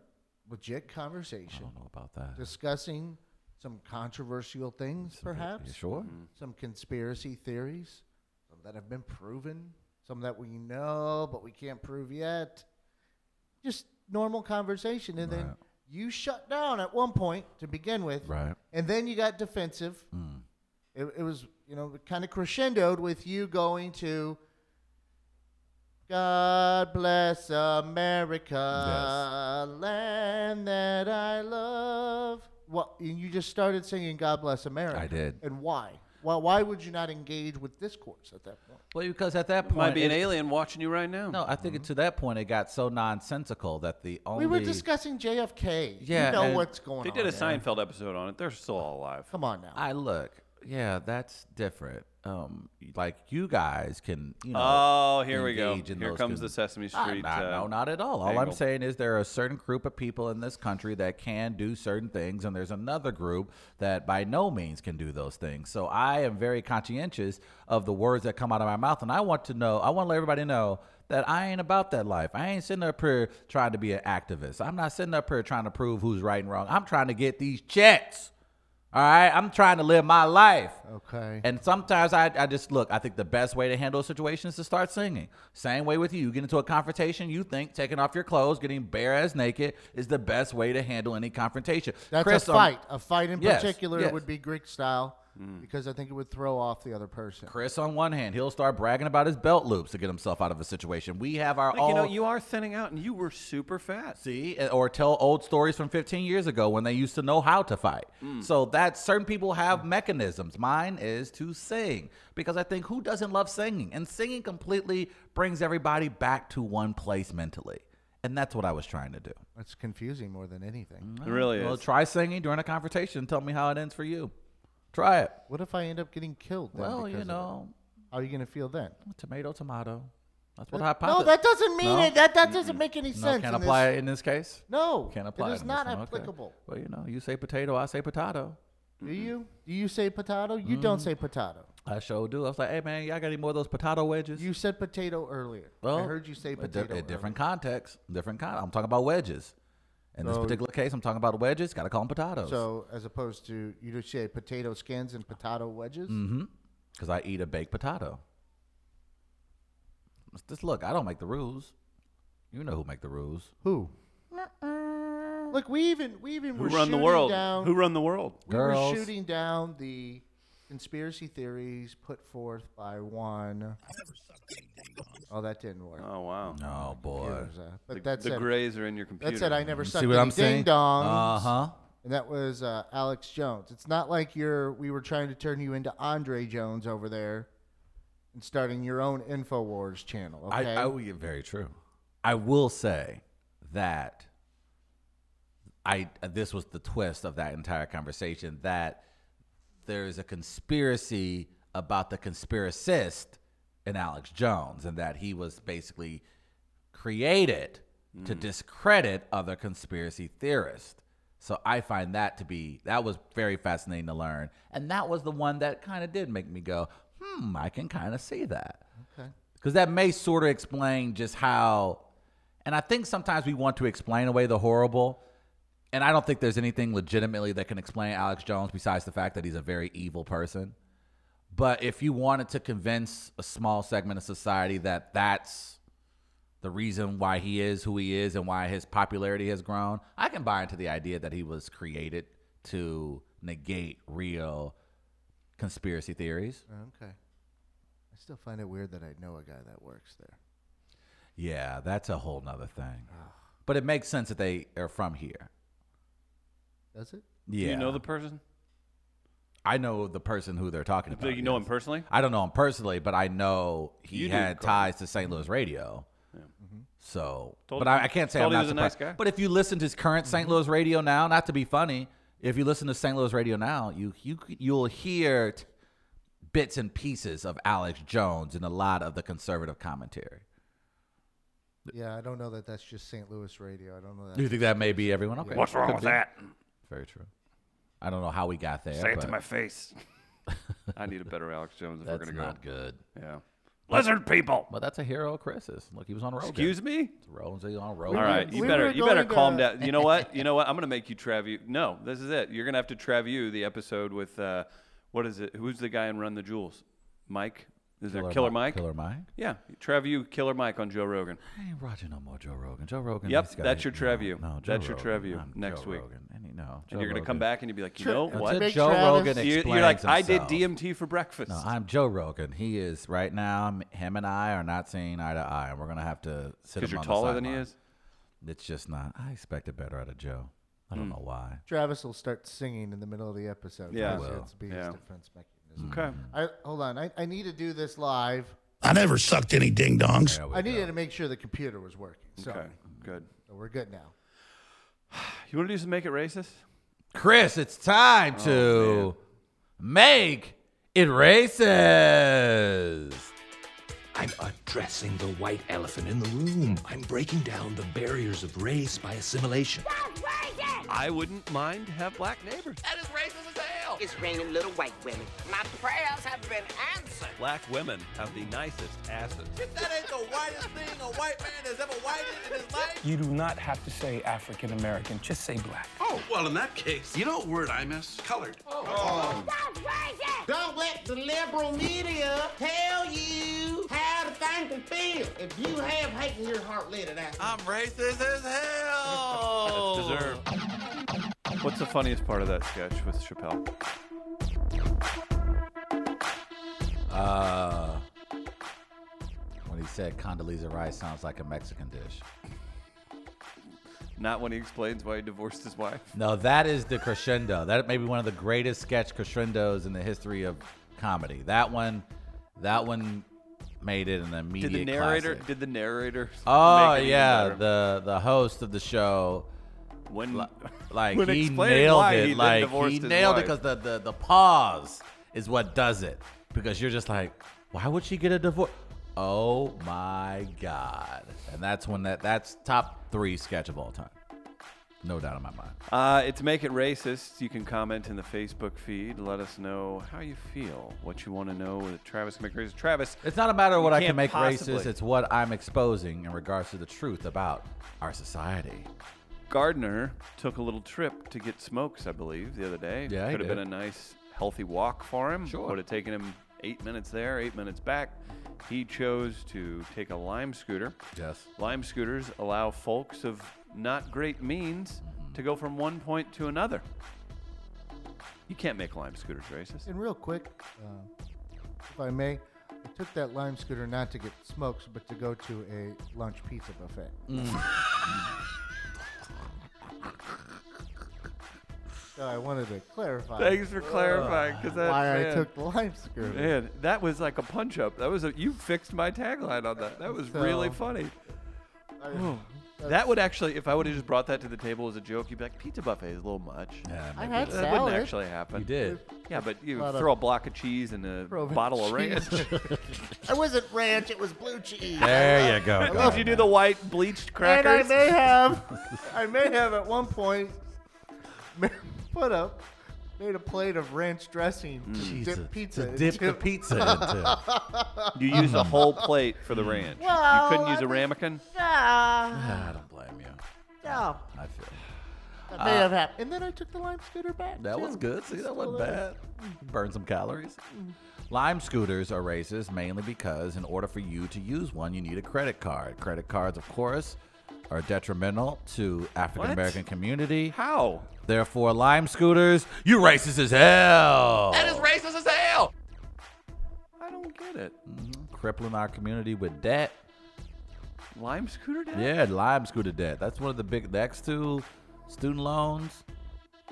[SPEAKER 3] legit
[SPEAKER 1] I
[SPEAKER 3] conversation,
[SPEAKER 1] don't know about that.
[SPEAKER 3] discussing some controversial things, perhaps
[SPEAKER 1] You sure?
[SPEAKER 2] Mm-hmm.
[SPEAKER 3] some conspiracy theories, some that have been proven, some that we know but we can't prove yet. Just normal conversation, and then
[SPEAKER 1] Right.
[SPEAKER 3] you shut down at one point to begin with,
[SPEAKER 1] Right.
[SPEAKER 3] and then you got defensive.
[SPEAKER 1] Mm.
[SPEAKER 3] It, it was, you know, kind of crescendoed with you going to God bless America, land that I love. What and you just started singing God bless America.
[SPEAKER 1] I did.
[SPEAKER 3] And why? Well, why would you not engage with discourse at that point?
[SPEAKER 1] Well, because at that point,
[SPEAKER 2] Might be an
[SPEAKER 1] it-
[SPEAKER 2] alien watching you right now.
[SPEAKER 1] No, I think it to that point it got so nonsensical that the only
[SPEAKER 3] Mm-hmm. We were discussing JFK.
[SPEAKER 1] Yeah,
[SPEAKER 3] you know
[SPEAKER 1] and
[SPEAKER 3] what's going
[SPEAKER 2] They
[SPEAKER 3] on.
[SPEAKER 2] did a
[SPEAKER 3] there.
[SPEAKER 2] Seinfeld episode on it. They're still all alive.
[SPEAKER 3] Come on now.
[SPEAKER 1] I look, yeah, that's different. Um, like you guys can, you know.
[SPEAKER 2] Oh, here we go.
[SPEAKER 1] engage in
[SPEAKER 2] Here
[SPEAKER 1] those
[SPEAKER 2] comes the
[SPEAKER 1] con-
[SPEAKER 2] Sesame
[SPEAKER 1] Ah,
[SPEAKER 2] Street.
[SPEAKER 1] not-
[SPEAKER 2] uh,
[SPEAKER 1] no, not at all. All I'm
[SPEAKER 2] angle.
[SPEAKER 1] saying is there are a certain group of people in this country that can do certain things, and there's another group that by no means can do those things. So I am very conscientious of the words that come out of my mouth, and I want to know. I want to let everybody know that I ain't about that life. I ain't sitting up here trying to be an activist. I'm not sitting up here trying to prove who's right and wrong. I'm trying to get these checks. All right, I'm trying to live my life.
[SPEAKER 3] okay.
[SPEAKER 1] And sometimes I, I just look, I think the best way to handle a situation is to start singing. Same way with you. You get into a confrontation, you think taking off your clothes, getting bare ass naked is the best way to handle any confrontation.
[SPEAKER 3] That's
[SPEAKER 1] Chris,
[SPEAKER 3] a
[SPEAKER 1] on-
[SPEAKER 3] fight. a fight in
[SPEAKER 1] Yes,
[SPEAKER 3] particular
[SPEAKER 1] yes.
[SPEAKER 3] would be Greek style
[SPEAKER 2] Hmm.
[SPEAKER 3] because I think it would throw off the other person.
[SPEAKER 1] Chris, on one hand, he'll start bragging about his belt loops to get himself out of a situation. We have our
[SPEAKER 2] Like,
[SPEAKER 1] own.
[SPEAKER 2] you know, you are thinning out, and you were super fat.
[SPEAKER 1] See, and- or tell old stories from 15 years ago when they used to know how to fight.
[SPEAKER 3] Mm.
[SPEAKER 1] So that certain people have mechanisms. Mine is to sing because I think who doesn't love singing? And singing completely brings everybody back to one place mentally. And that's what I was trying to do.
[SPEAKER 3] It's confusing more than anything.
[SPEAKER 1] Mm.
[SPEAKER 2] It
[SPEAKER 3] Oh,
[SPEAKER 2] really
[SPEAKER 1] well,
[SPEAKER 2] is.
[SPEAKER 1] try singing during a confrontation and tell me how it ends for you. Try it.
[SPEAKER 3] What if I end up getting killed? Then
[SPEAKER 1] Well,
[SPEAKER 3] because
[SPEAKER 1] you
[SPEAKER 3] of it?
[SPEAKER 1] know,
[SPEAKER 3] how are you going to feel then?
[SPEAKER 1] tomato, tomato. That's what hypothesis.
[SPEAKER 3] No, that doesn't mean
[SPEAKER 1] No?
[SPEAKER 3] it. That, that doesn't make any
[SPEAKER 1] no,
[SPEAKER 3] sense.
[SPEAKER 1] can't
[SPEAKER 3] in this-
[SPEAKER 1] apply it in this case.
[SPEAKER 3] No,
[SPEAKER 1] Can't apply.
[SPEAKER 3] It
[SPEAKER 1] it
[SPEAKER 3] is
[SPEAKER 1] in
[SPEAKER 3] not
[SPEAKER 1] this one. Okay.
[SPEAKER 3] applicable.
[SPEAKER 1] Well, you know, you say potato, I say potato.
[SPEAKER 3] Do you? Do you say potato? You don't say potato.
[SPEAKER 1] I sure do. I was like, hey man, y'all got any more of those potato wedges?
[SPEAKER 3] You said potato earlier. I heard you say
[SPEAKER 1] a di-
[SPEAKER 3] potato.
[SPEAKER 1] A,
[SPEAKER 3] earlier.
[SPEAKER 1] different context, different kind. I'm talking about wedges. In this
[SPEAKER 3] So-
[SPEAKER 1] particular case, I'm talking about wedges. Got to call them potatoes.
[SPEAKER 3] So as opposed to you just say potato skins and potato wedges.
[SPEAKER 1] Mm. Because Mm-hmm. I eat a baked potato. It's Just look, I don't make the rules. You know who make the rules.
[SPEAKER 3] Who? Look, we even we even
[SPEAKER 2] Who
[SPEAKER 3] were
[SPEAKER 2] run the
[SPEAKER 3] shooting
[SPEAKER 2] world?
[SPEAKER 3] down.
[SPEAKER 2] Who run the world?
[SPEAKER 3] we
[SPEAKER 1] Girls.
[SPEAKER 3] were shooting down the conspiracy theories put forth by one. Oh, that didn't work.
[SPEAKER 2] Oh wow.
[SPEAKER 1] Oh boy.
[SPEAKER 3] There's a-
[SPEAKER 2] The,
[SPEAKER 3] but that's
[SPEAKER 2] the
[SPEAKER 3] it.
[SPEAKER 2] grays are in your computer.
[SPEAKER 3] That said, I never sucked
[SPEAKER 1] See what
[SPEAKER 3] any
[SPEAKER 1] I'm
[SPEAKER 3] ding
[SPEAKER 1] saying?
[SPEAKER 3] dongs.
[SPEAKER 1] Uh huh.
[SPEAKER 3] And that was uh, Alex Jones. It's not like you're we were trying to turn you into Andre Jones over there and starting your own InfoWars channel. Okay.
[SPEAKER 1] I, I will get very true. I will say that I this was the twist of that entire conversation that there is a conspiracy about the conspiracist in Alex Jones and that he was basically created to discredit other conspiracy theorists. So I find that to be that was very fascinating to learn, and that was the one that kind of did make me go, "Hmm, I can kind of see that." Okay. Because that may sort of explain just how, and I think sometimes we want to explain away the horrible, and I don't think there's anything legitimately that can explain Alex Jones besides the fact that he's a very evil person. But if you wanted to convince a small segment of society that that's the reason why he is who he is and why his popularity has grown, I can buy into the idea that he was created to negate real conspiracy theories.
[SPEAKER 3] okay. I still find it weird that I know a guy that works there.
[SPEAKER 1] Yeah, that's a whole nother thing. But it makes sense that they are from here.
[SPEAKER 3] Does it?
[SPEAKER 1] Yeah.
[SPEAKER 2] You know the person?
[SPEAKER 1] I know the person who they're talking
[SPEAKER 2] Do
[SPEAKER 1] about.
[SPEAKER 2] you know
[SPEAKER 1] yes.
[SPEAKER 2] him personally?
[SPEAKER 1] I don't know him personally, but I know he
[SPEAKER 2] You do,
[SPEAKER 1] had
[SPEAKER 2] Carl.
[SPEAKER 1] ties to St. Louis radio. Mm-hmm. So,
[SPEAKER 2] Told
[SPEAKER 1] but
[SPEAKER 2] you-
[SPEAKER 1] I, I can't say I'm
[SPEAKER 2] told you
[SPEAKER 1] not
[SPEAKER 2] he was a nice
[SPEAKER 1] surprised.
[SPEAKER 2] guy.
[SPEAKER 1] But if you listen to his current St. Louis radio now, not to be funny, if you listen to St. Louis radio now, you you you'll hear t- bits and pieces of Alex Jones and a lot of the conservative commentary.
[SPEAKER 3] Yeah, I don't know that that's just St. Louis radio. I don't know
[SPEAKER 1] Do
[SPEAKER 3] that.
[SPEAKER 1] you think that may be everyone? Okay,
[SPEAKER 2] What's wrong
[SPEAKER 1] could
[SPEAKER 2] with
[SPEAKER 1] be.
[SPEAKER 2] that?
[SPEAKER 1] Very true. I don't know how we got there.
[SPEAKER 2] Say it to
[SPEAKER 1] but
[SPEAKER 2] my face. *laughs* I need a better Alex Jones if we're
[SPEAKER 1] That's
[SPEAKER 2] gonna
[SPEAKER 1] not good.
[SPEAKER 2] go. Yeah. Lizard people.
[SPEAKER 1] But that's a hero, of Chris's. Look, he was on road.
[SPEAKER 2] Excuse me.
[SPEAKER 1] Rollins he was on road.
[SPEAKER 2] All right, you
[SPEAKER 3] we
[SPEAKER 2] better
[SPEAKER 3] were
[SPEAKER 2] you better
[SPEAKER 3] going to-
[SPEAKER 2] calm down. You know
[SPEAKER 3] *laughs*
[SPEAKER 2] what? You know what? I'm gonna make you Travu. No, this is it. You're gonna have to Travu the episode with uh, what is it? Who's the guy in Run the Jewels? Mike? Is there Killer
[SPEAKER 1] Mi-
[SPEAKER 2] Mike?
[SPEAKER 1] Killer Mike.
[SPEAKER 2] Yeah, Travu Killer Mike on Joe Rogan.
[SPEAKER 1] I ain't watching no more Joe Rogan. Joe Rogan.
[SPEAKER 2] Yep,
[SPEAKER 1] he's got-
[SPEAKER 2] that's your
[SPEAKER 1] no,
[SPEAKER 2] Trevue.
[SPEAKER 1] No, Joe
[SPEAKER 2] That's your
[SPEAKER 1] Rogan.
[SPEAKER 2] Trevue
[SPEAKER 1] I'm
[SPEAKER 2] next
[SPEAKER 1] Joe
[SPEAKER 2] week.
[SPEAKER 1] Rogan. And, you know, Joe
[SPEAKER 2] And you're gonna
[SPEAKER 1] Rogan.
[SPEAKER 2] come back and you'll be like, you
[SPEAKER 3] Sure.
[SPEAKER 2] know
[SPEAKER 3] That's
[SPEAKER 2] what?
[SPEAKER 1] Until
[SPEAKER 3] Big
[SPEAKER 1] Joe
[SPEAKER 3] Travis.
[SPEAKER 1] Rogan
[SPEAKER 2] You-
[SPEAKER 1] explains
[SPEAKER 2] You're like, I did
[SPEAKER 1] himself.
[SPEAKER 2] DMT for breakfast.
[SPEAKER 1] No, I'm Joe Rogan. He is right now. m- Him and I are not seeing eye to eye, and we're gonna have to sit.
[SPEAKER 2] Because
[SPEAKER 1] Because
[SPEAKER 2] you're taller than he is.
[SPEAKER 1] It's just not. I expected better out of Joe. I
[SPEAKER 2] Hmm.
[SPEAKER 1] don't know why.
[SPEAKER 3] Travis will start singing in the middle of the episode.
[SPEAKER 2] Yeah.
[SPEAKER 3] That's-
[SPEAKER 1] Will.
[SPEAKER 3] that's be his
[SPEAKER 2] Yeah.
[SPEAKER 3] defense mechanism.
[SPEAKER 2] Okay.
[SPEAKER 1] Mm-hmm.
[SPEAKER 3] I, hold on. I, I need to do this live.
[SPEAKER 4] I never sucked any ding dongs.
[SPEAKER 1] There we
[SPEAKER 3] I
[SPEAKER 1] go.
[SPEAKER 3] needed to make sure the computer was working. So
[SPEAKER 2] Okay. Good.
[SPEAKER 3] we're good now.
[SPEAKER 2] You want to do some make it racist?
[SPEAKER 1] Chris, it's
[SPEAKER 2] Oh,
[SPEAKER 1] time to make it racist.
[SPEAKER 5] I'm addressing the white elephant in the room. I'm breaking down the barriers of race by assimilation.
[SPEAKER 2] I wouldn't mind have black neighbors.
[SPEAKER 6] That is racist as hell. It's raining little white women. My prayers have been answered.
[SPEAKER 2] Black women have the nicest asses.
[SPEAKER 7] That ain't the whitest thing a white man has ever whited in his life.
[SPEAKER 8] You do not have to say African American, just say black.
[SPEAKER 9] Oh, well, in that case, you know what word I miss? Colored.
[SPEAKER 7] Don't let the liberal media tell you how to think and feel. If you have hate in your heart, let it out.
[SPEAKER 9] I'm racist as hell.
[SPEAKER 2] Deserved. What's the funniest part of that sketch with Chappelle?
[SPEAKER 1] Uh, when he said Condoleezza Rice sounds like a Mexican dish.
[SPEAKER 2] Not when he explains why he divorced his wife.
[SPEAKER 1] No, that is the crescendo. That may be one of the greatest sketch crescendos in the history of comedy. That one, that one made it an immediate.
[SPEAKER 2] Did the narrator?
[SPEAKER 1] classic.
[SPEAKER 2] Did the narrator?
[SPEAKER 1] oh
[SPEAKER 2] make it even
[SPEAKER 1] yeah,
[SPEAKER 2] better?
[SPEAKER 1] the the host of the show,
[SPEAKER 2] when
[SPEAKER 1] li- like
[SPEAKER 2] When
[SPEAKER 1] he
[SPEAKER 2] explained
[SPEAKER 1] nailed
[SPEAKER 2] why he
[SPEAKER 1] it.
[SPEAKER 2] then
[SPEAKER 1] like
[SPEAKER 2] divorced
[SPEAKER 1] he
[SPEAKER 2] his
[SPEAKER 1] nailed it
[SPEAKER 2] wife.
[SPEAKER 1] because the, the the pause is what does it. Because you're just like, why would she get a divorce? Oh my god. And that's when that that's top three sketch of all time. No doubt in my mind.
[SPEAKER 2] Uh, it's Make It Racist. You can comment in the Facebook feed. Let us know how you feel, what you want to know that Travis can make racist. Travis,
[SPEAKER 1] It's not a matter of what
[SPEAKER 2] You
[SPEAKER 1] I can
[SPEAKER 2] can't
[SPEAKER 1] make racist,
[SPEAKER 2] possibly.
[SPEAKER 1] it's what I'm exposing in regards to the truth about our society.
[SPEAKER 2] Gardner took a little trip to get smokes, I believe, the other day.
[SPEAKER 1] Yeah, he
[SPEAKER 2] Could
[SPEAKER 1] did.
[SPEAKER 2] have been a nice, healthy walk for him.
[SPEAKER 1] Sure.
[SPEAKER 2] Would have taken him eight minutes there, eight minutes back. He chose to take a lime scooter.
[SPEAKER 1] Yes.
[SPEAKER 2] Lime scooters allow folks of not great means to go from one point to another. You can't make lime scooters racist.
[SPEAKER 3] And real quick, uh, if I may, I took that lime scooter not to get smokes, but to go to a lunch pizza buffet.
[SPEAKER 2] Mm.
[SPEAKER 3] *laughs* so I wanted to clarify
[SPEAKER 2] Thanks for clarifying, because that
[SPEAKER 3] why I
[SPEAKER 2] man,
[SPEAKER 3] took the lime scooter.
[SPEAKER 2] man, that was like a punch up. That was a you fixed my tagline on that. That was really
[SPEAKER 3] So-
[SPEAKER 2] funny.
[SPEAKER 3] I-
[SPEAKER 2] That would actually, if I would have just brought that to the table as a joke, you'd be like, pizza buffet is a little much.
[SPEAKER 1] Yeah,
[SPEAKER 3] I
[SPEAKER 1] maybe
[SPEAKER 3] had
[SPEAKER 2] That wouldn't
[SPEAKER 3] salad.
[SPEAKER 2] actually happen.
[SPEAKER 1] you did.
[SPEAKER 2] Yeah, but you
[SPEAKER 3] Lot of
[SPEAKER 2] throw a block of cheese and a
[SPEAKER 3] Proven
[SPEAKER 2] bottle of ranch.
[SPEAKER 3] cheese. it wasn't ranch; it was blue cheese.
[SPEAKER 1] There you go.
[SPEAKER 2] *laughs* Did you do the white bleached
[SPEAKER 3] *laughs* And I
[SPEAKER 2] crackers?
[SPEAKER 3] may
[SPEAKER 1] *laughs*
[SPEAKER 3] have, I may have at one point ma- put a made a plate of ranch dressing to
[SPEAKER 1] Mm. Jesus.
[SPEAKER 3] dip pizza.
[SPEAKER 1] To
[SPEAKER 3] and
[SPEAKER 1] dip the
[SPEAKER 3] dip-
[SPEAKER 1] pizza into.
[SPEAKER 2] You used a whole plate for the ranch. you couldn't use a ramekin?
[SPEAKER 1] I don't blame you.
[SPEAKER 3] No,
[SPEAKER 1] I feel.
[SPEAKER 3] that may have happened. *laughs* And then I took the lime scooter back.
[SPEAKER 1] That
[SPEAKER 3] too.
[SPEAKER 1] was good. See, that wasn't
[SPEAKER 3] Still there.
[SPEAKER 1] bad. Burn some calories. Lime scooters are racist mainly because, in order for you to use one, you need a credit card. Credit cards, of course, are detrimental to African American community.
[SPEAKER 2] How?
[SPEAKER 1] Therefore, lime scooters, you racist as hell.
[SPEAKER 5] That is racist as hell.
[SPEAKER 2] I don't get it.
[SPEAKER 1] Crippling our community with debt.
[SPEAKER 2] Lime scooter dad?
[SPEAKER 1] Yeah, lime scooter debt. That's one of the big. The next two, student loans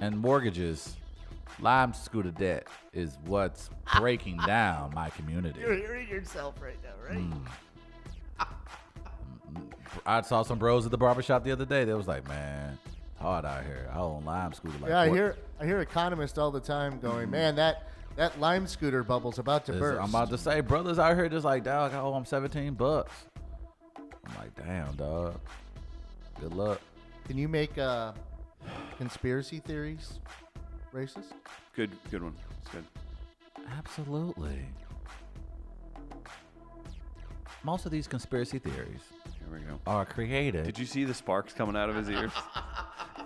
[SPEAKER 1] and mortgages. Lime scooter debt is what's breaking down my community.
[SPEAKER 7] You're hearing yourself right now, right?
[SPEAKER 1] I saw some bros at the barbershop the other day. They was like, man, it's hard out here. I own lime scooter. Like,
[SPEAKER 3] Yeah, I
[SPEAKER 1] what-
[SPEAKER 3] hear I hear economists all the time going, man, that that lime scooter bubble's about to
[SPEAKER 1] Mm. is-
[SPEAKER 3] burst.
[SPEAKER 1] I'm about to say, brothers out here just like, dog, I owe him 17 bucks. I'm like, damn, dog. Good luck.
[SPEAKER 3] Can you make uh, conspiracy theories racist?
[SPEAKER 2] Good good one. It's good.
[SPEAKER 1] Absolutely. Most of these conspiracy theories
[SPEAKER 2] Here we go.
[SPEAKER 1] are created.
[SPEAKER 2] Did you see the sparks coming out of his *laughs* ears?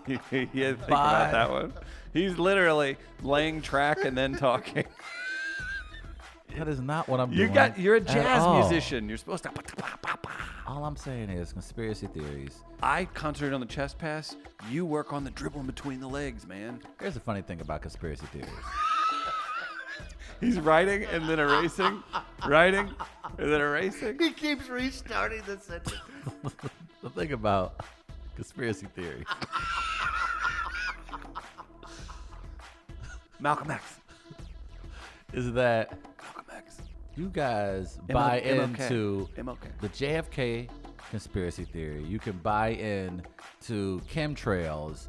[SPEAKER 2] yeah, think
[SPEAKER 1] Bye.
[SPEAKER 2] about that one. He's literally laying track and then talking.
[SPEAKER 1] that is not what I'm
[SPEAKER 2] *laughs* You
[SPEAKER 1] doing.
[SPEAKER 2] got you're a
[SPEAKER 1] at
[SPEAKER 2] jazz
[SPEAKER 1] all.
[SPEAKER 2] musician. You're supposed to
[SPEAKER 1] All I'm saying is conspiracy theories.
[SPEAKER 2] I concentrate on the chest pass. You work on the dribble in between the legs, man.
[SPEAKER 1] Here's the funny thing about conspiracy theories. *laughs*
[SPEAKER 2] He's writing and then erasing, writing and then erasing.
[SPEAKER 7] He keeps restarting the sentence.
[SPEAKER 1] the thing about conspiracy theory.
[SPEAKER 2] Malcolm X.
[SPEAKER 1] is that
[SPEAKER 2] Malcolm X.
[SPEAKER 1] you guys buy
[SPEAKER 2] MLK.
[SPEAKER 1] into
[SPEAKER 2] MLK.
[SPEAKER 1] the JFK conspiracy theory. You can buy in to chemtrails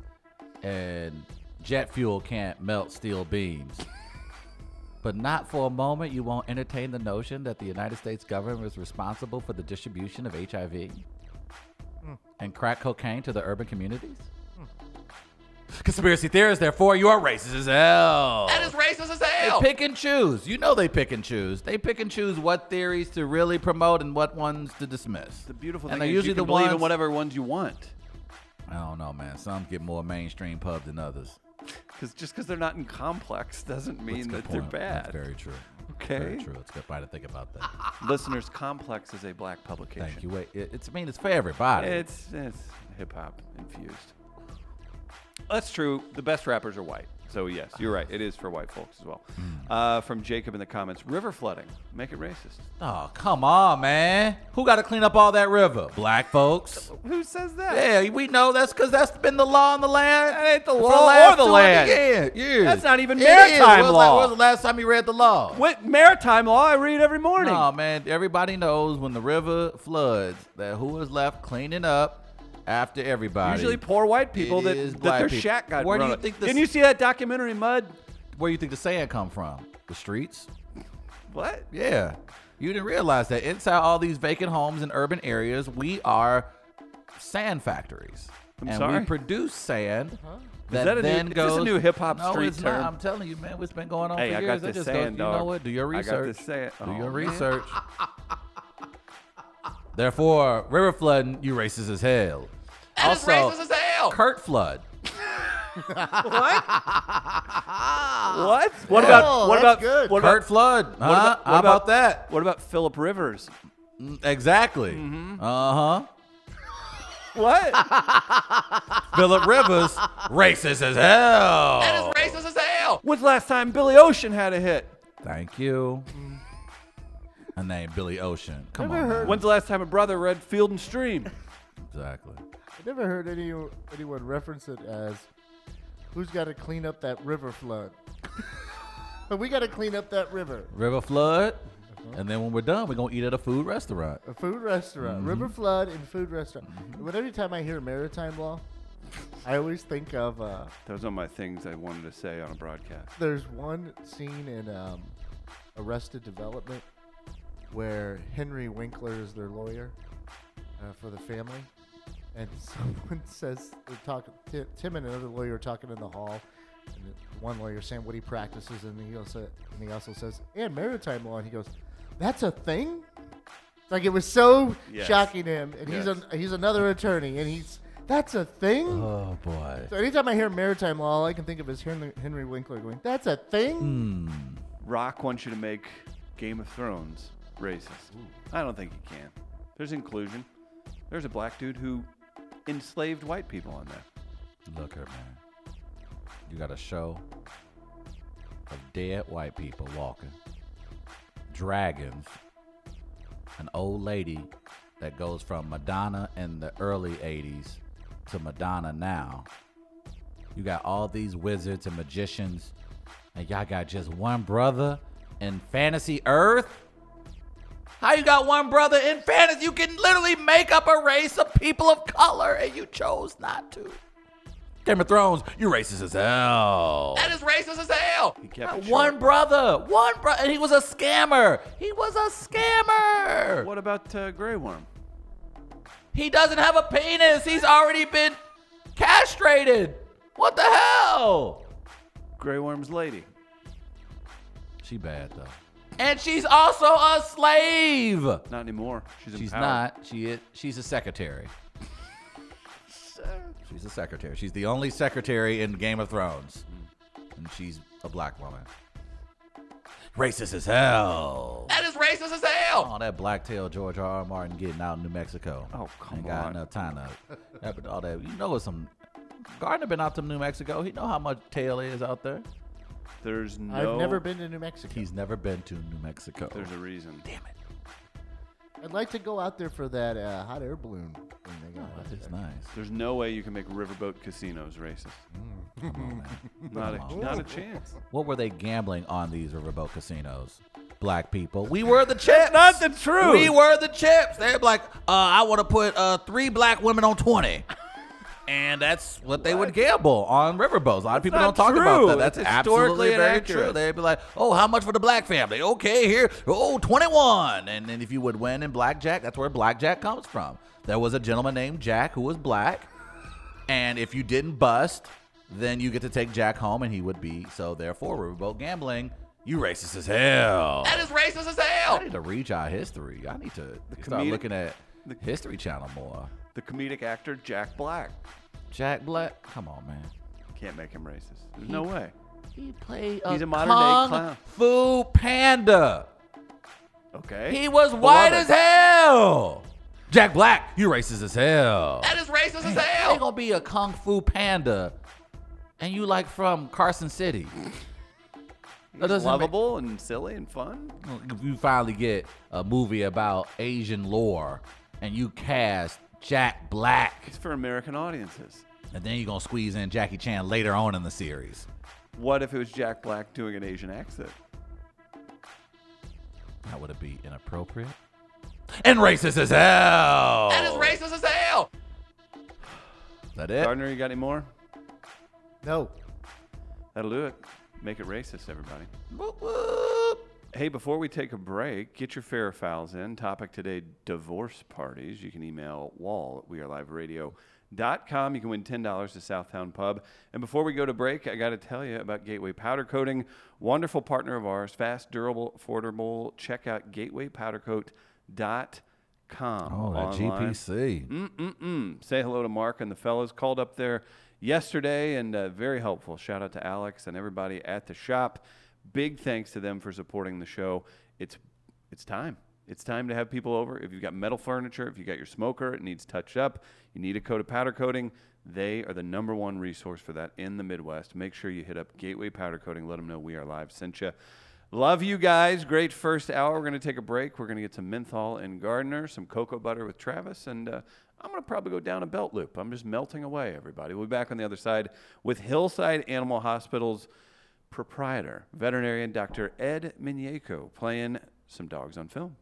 [SPEAKER 1] and jet fuel can't melt steel beams. *laughs* But not for a moment you won't entertain the notion that the United States government is responsible for the distribution of HIV and crack cocaine to the urban communities. Hmm. Conspiracy theorists, therefore, you are racist as hell.
[SPEAKER 5] That is racist as
[SPEAKER 1] They
[SPEAKER 5] hell.
[SPEAKER 1] pick and choose. You know they pick and choose. They pick and choose what theories to really promote and what ones to dismiss.
[SPEAKER 2] The beautiful
[SPEAKER 1] and they're
[SPEAKER 2] thing is
[SPEAKER 1] usually
[SPEAKER 2] you can
[SPEAKER 1] the
[SPEAKER 2] believe
[SPEAKER 1] ones,
[SPEAKER 2] in whatever ones you want.
[SPEAKER 1] I don't know, man. Some get more mainstream pub than others.
[SPEAKER 2] Because just because they're not in complex doesn't
[SPEAKER 1] That's
[SPEAKER 2] mean
[SPEAKER 1] a
[SPEAKER 2] that
[SPEAKER 1] good
[SPEAKER 2] they're
[SPEAKER 1] point.
[SPEAKER 2] bad.
[SPEAKER 1] That's very true.
[SPEAKER 2] Okay.
[SPEAKER 1] Very true. It's a good way to think about that.
[SPEAKER 2] Listeners, complex is a black publication.
[SPEAKER 1] Thank you. Wait, it, it's I mean it's for everybody.
[SPEAKER 2] It's it's hip hop infused. That's true. The best rappers are white. So yes, you're right. It is for white folks as well.
[SPEAKER 1] Hmm.
[SPEAKER 2] Uh, from Jacob in the comments, river flooding, make it racist.
[SPEAKER 1] oh, come on, man. Who got to clean up all that river? Black folks.
[SPEAKER 2] Who says that?
[SPEAKER 1] Yeah, we know that's because that's been the law in the land. That ain't the
[SPEAKER 2] law or the land.
[SPEAKER 1] Yeah, yeah.
[SPEAKER 2] That's not even
[SPEAKER 1] It is.
[SPEAKER 2] maritime
[SPEAKER 1] When's the-
[SPEAKER 2] law.
[SPEAKER 1] When's the last time you read the law?
[SPEAKER 2] What maritime law I read every morning.
[SPEAKER 1] No, man. Everybody knows when the river floods that who is left cleaning up after everybody.
[SPEAKER 2] Usually poor white people
[SPEAKER 1] It
[SPEAKER 2] that,
[SPEAKER 1] is
[SPEAKER 2] that
[SPEAKER 1] black
[SPEAKER 2] their
[SPEAKER 1] people.
[SPEAKER 2] shack got
[SPEAKER 1] Where do
[SPEAKER 2] run
[SPEAKER 1] you
[SPEAKER 2] up.
[SPEAKER 1] think this-
[SPEAKER 2] Didn't you see that documentary Mud?
[SPEAKER 1] Where you think the sand come from? The streets?
[SPEAKER 2] What?
[SPEAKER 1] Yeah. You didn't realize that inside all these vacant homes in urban areas, we are sand factories.
[SPEAKER 2] I'm
[SPEAKER 1] and
[SPEAKER 2] sorry? Uh-huh.
[SPEAKER 1] we produce sand. That,
[SPEAKER 2] Is that a new-
[SPEAKER 1] then
[SPEAKER 2] is this a
[SPEAKER 1] goes,
[SPEAKER 2] new hip-hop
[SPEAKER 1] no,
[SPEAKER 2] street
[SPEAKER 1] it's not.
[SPEAKER 2] term?
[SPEAKER 1] I'm telling you, man, it's been going on
[SPEAKER 2] Hey,
[SPEAKER 1] for
[SPEAKER 2] I
[SPEAKER 1] years.
[SPEAKER 2] got
[SPEAKER 1] It
[SPEAKER 2] this
[SPEAKER 1] just
[SPEAKER 2] sand,
[SPEAKER 1] goes, You know
[SPEAKER 2] dog.
[SPEAKER 1] what? Do your
[SPEAKER 2] I
[SPEAKER 1] research.
[SPEAKER 2] got this sand.
[SPEAKER 1] Do
[SPEAKER 2] Oh,
[SPEAKER 1] your
[SPEAKER 2] man.
[SPEAKER 1] research. Therefore, river flooding, you racist as hell. also,
[SPEAKER 5] racist as hell.
[SPEAKER 1] Kurt flood.
[SPEAKER 2] What? What about
[SPEAKER 3] Oh,
[SPEAKER 2] what
[SPEAKER 3] that's
[SPEAKER 2] about
[SPEAKER 3] good.
[SPEAKER 2] what
[SPEAKER 1] Kurt
[SPEAKER 2] about
[SPEAKER 1] flood. Huh?
[SPEAKER 2] what about-
[SPEAKER 1] How
[SPEAKER 2] what
[SPEAKER 1] about
[SPEAKER 2] about-
[SPEAKER 1] that?
[SPEAKER 2] what about Philip Rivers?
[SPEAKER 1] Exactly.
[SPEAKER 2] Mm-hmm.
[SPEAKER 1] Uh huh. *laughs*
[SPEAKER 2] What?
[SPEAKER 1] Philip Rivers, racist as hell.
[SPEAKER 5] Racist as hell.
[SPEAKER 2] When's the last time Billy Ocean had a hit?
[SPEAKER 1] Thank you. Her name Billy Ocean. Come on. man.
[SPEAKER 2] When's the last time a brother read Field and Stream?
[SPEAKER 1] exactly.
[SPEAKER 3] I never heard any anyone reference it as who's got to clean up that river flood. *laughs* but we got to clean up that river.
[SPEAKER 1] River flood, and then when we're done, we're gonna eat at a food restaurant.
[SPEAKER 3] A food restaurant, river flood, and food restaurant. But every time I hear maritime law, I always think of uh,
[SPEAKER 2] Those are my things I wanted to say on a broadcast.
[SPEAKER 3] there's one scene in um, Arrested Development where Henry Winkler is their lawyer uh, for the family, and *laughs* someone says they're talking. Ti- Tim and another lawyer are talking in the hall, and the- one lawyer saying what he practices, and he also and he also says and maritime law, and he goes, "That's a thing." Like it was so
[SPEAKER 2] Yes.
[SPEAKER 3] shocking to him, and he's
[SPEAKER 2] Yes.
[SPEAKER 3] an, he's another attorney, and he's that's a thing.
[SPEAKER 1] Oh boy.
[SPEAKER 3] So anytime I hear maritime law, all I can think of is Henry, Henry Winkler going, "That's a thing."
[SPEAKER 2] Rock wants you to make Game of Thrones racist. I don't think you can. There's inclusion. There's a black dude who enslaved white people on that.
[SPEAKER 1] Look here, man. You got a show of dead white people walking, dragons, an old lady that goes from Madonna in the early 80s to Madonna now. You got all these wizards and magicians, and y'all got just one brother in fantasy earth? How you got one brother in fantasy? You can literally make up a race of people of color, and you chose not to. Game of Thrones, you racist as hell.
[SPEAKER 5] That is racist as hell.
[SPEAKER 2] He kept it short.
[SPEAKER 1] One brother, one brother, and he was a scammer. He was a scammer.
[SPEAKER 2] What about uh, Grey Worm?
[SPEAKER 1] He doesn't have a penis. He's already been castrated. What the hell?
[SPEAKER 2] Grey Worm's lady.
[SPEAKER 1] She bad though. And she's also a slave.
[SPEAKER 2] Not anymore. She's,
[SPEAKER 1] She's
[SPEAKER 2] empowered.
[SPEAKER 1] not. She is. She's a secretary. She's a secretary. She's the only secretary in Game of Thrones, and she's a black woman. Racist as hell.
[SPEAKER 5] That is racist as hell.
[SPEAKER 1] All that blacktail George R. R. Martin getting out in New Mexico.
[SPEAKER 2] Oh, come
[SPEAKER 1] Ain't got
[SPEAKER 2] on.
[SPEAKER 1] enough time to happen all that. You know it's some Gardner been out to New Mexico. He know how much tail is out there.
[SPEAKER 2] There's no.
[SPEAKER 3] I've never been to New Mexico.
[SPEAKER 1] He's never been to New Mexico.
[SPEAKER 2] There's a reason.
[SPEAKER 1] Damn it.
[SPEAKER 3] I'd like to go out there for that uh, hot air balloon thing they got. out
[SPEAKER 1] That is
[SPEAKER 3] there.
[SPEAKER 1] nice.
[SPEAKER 2] There's no way you can make riverboat casinos racist.
[SPEAKER 1] Mm.
[SPEAKER 2] not a not a chance.
[SPEAKER 1] What were they gambling on these riverboat casinos? Black people. We were the chips.
[SPEAKER 2] Not the truth.
[SPEAKER 1] We were the chips. They're like, uh, I want to put uh, three black women on 20. And that's what they would gamble on riverboats. A lot of people don't
[SPEAKER 2] not
[SPEAKER 1] talk about
[SPEAKER 2] true.
[SPEAKER 1] that. That's
[SPEAKER 2] It's
[SPEAKER 1] absolutely
[SPEAKER 2] historically
[SPEAKER 1] very
[SPEAKER 2] inaccurate.
[SPEAKER 1] true. They'd be like, oh, how much for the black family? Okay, here, oh, 21. And then if you would win in blackjack, that's where blackjack comes from. There was a gentleman named Jack who was black. And if you didn't bust, then you get to take Jack home and he would be. So therefore, riverboat gambling, you racist as hell.
[SPEAKER 5] That is racist as
[SPEAKER 1] I
[SPEAKER 5] hell.
[SPEAKER 1] need to reach our history. I need to start
[SPEAKER 2] comedic-
[SPEAKER 1] looking at
[SPEAKER 2] the-
[SPEAKER 1] History Channel more.
[SPEAKER 2] The comedic actor Jack Black
[SPEAKER 1] Jack Black, come on, man.
[SPEAKER 2] can't make him racist. There's no way.
[SPEAKER 1] He played
[SPEAKER 2] He's
[SPEAKER 1] a
[SPEAKER 2] a modern-day
[SPEAKER 1] kung
[SPEAKER 2] clown.
[SPEAKER 1] fu panda.
[SPEAKER 2] Okay.
[SPEAKER 1] He was white as
[SPEAKER 2] Beloved.
[SPEAKER 1] hell. Jack Black, you racist as hell.
[SPEAKER 5] That is racist as
[SPEAKER 1] You ain't
[SPEAKER 5] hell.
[SPEAKER 1] gonna be a kung fu panda, and you like from Carson City. That
[SPEAKER 2] He's
[SPEAKER 1] doesn't make-
[SPEAKER 2] lovable and silly and fun.
[SPEAKER 1] if you finally get a movie about Asian lore and you cast Jack Black,
[SPEAKER 2] It's for American audiences.
[SPEAKER 1] and then you're gonna squeeze in Jackie Chan later on in the series.
[SPEAKER 2] What if it was Jack Black doing an Asian accent?
[SPEAKER 1] That would it be inappropriate? And racist as hell.
[SPEAKER 5] That is racist as hell.
[SPEAKER 1] That it?
[SPEAKER 2] Gardner, you got any more?
[SPEAKER 3] No,
[SPEAKER 2] That'll do it. Make it racist, everybody.
[SPEAKER 1] Whoop, whoop.
[SPEAKER 2] Hey, before we take a break, get your fair files in. Topic today divorce parties. You can email wall at weareliveradio.com. You can win $10 to Southtown Pub. And before we go to break, I got to tell you about Gateway Powder Coating. Wonderful partner of ours, fast, durable, affordable. Check out gatewaypowdercoat.com.
[SPEAKER 1] Oh, that
[SPEAKER 2] online.
[SPEAKER 1] GPC.
[SPEAKER 2] Mm-mm-mm. Say hello to Mark and the fellows. Called up there yesterday and uh, very helpful. Shout out to Alex and everybody at the shop. Big thanks to them for supporting the show. It's it's time. It's time to have people over. If you've got metal furniture, if you got your smoker, it needs touched up. You need a coat of powder coating. They are the number one resource for that in the Midwest. Make sure you hit up Gateway Powder Coating. Let them know we are live. Sent you. Love you guys. Great first hour. We're going to take a break. We're going to get some menthol and gardener, some cocoa butter with Travis, and uh, I'm going to probably go down a belt loop. I'm just melting away, everybody. We'll be back on the other side with Hillside Animal Hospital's proprietor, veterinarian Dr. Ed Minyeko, playing some dogs on film.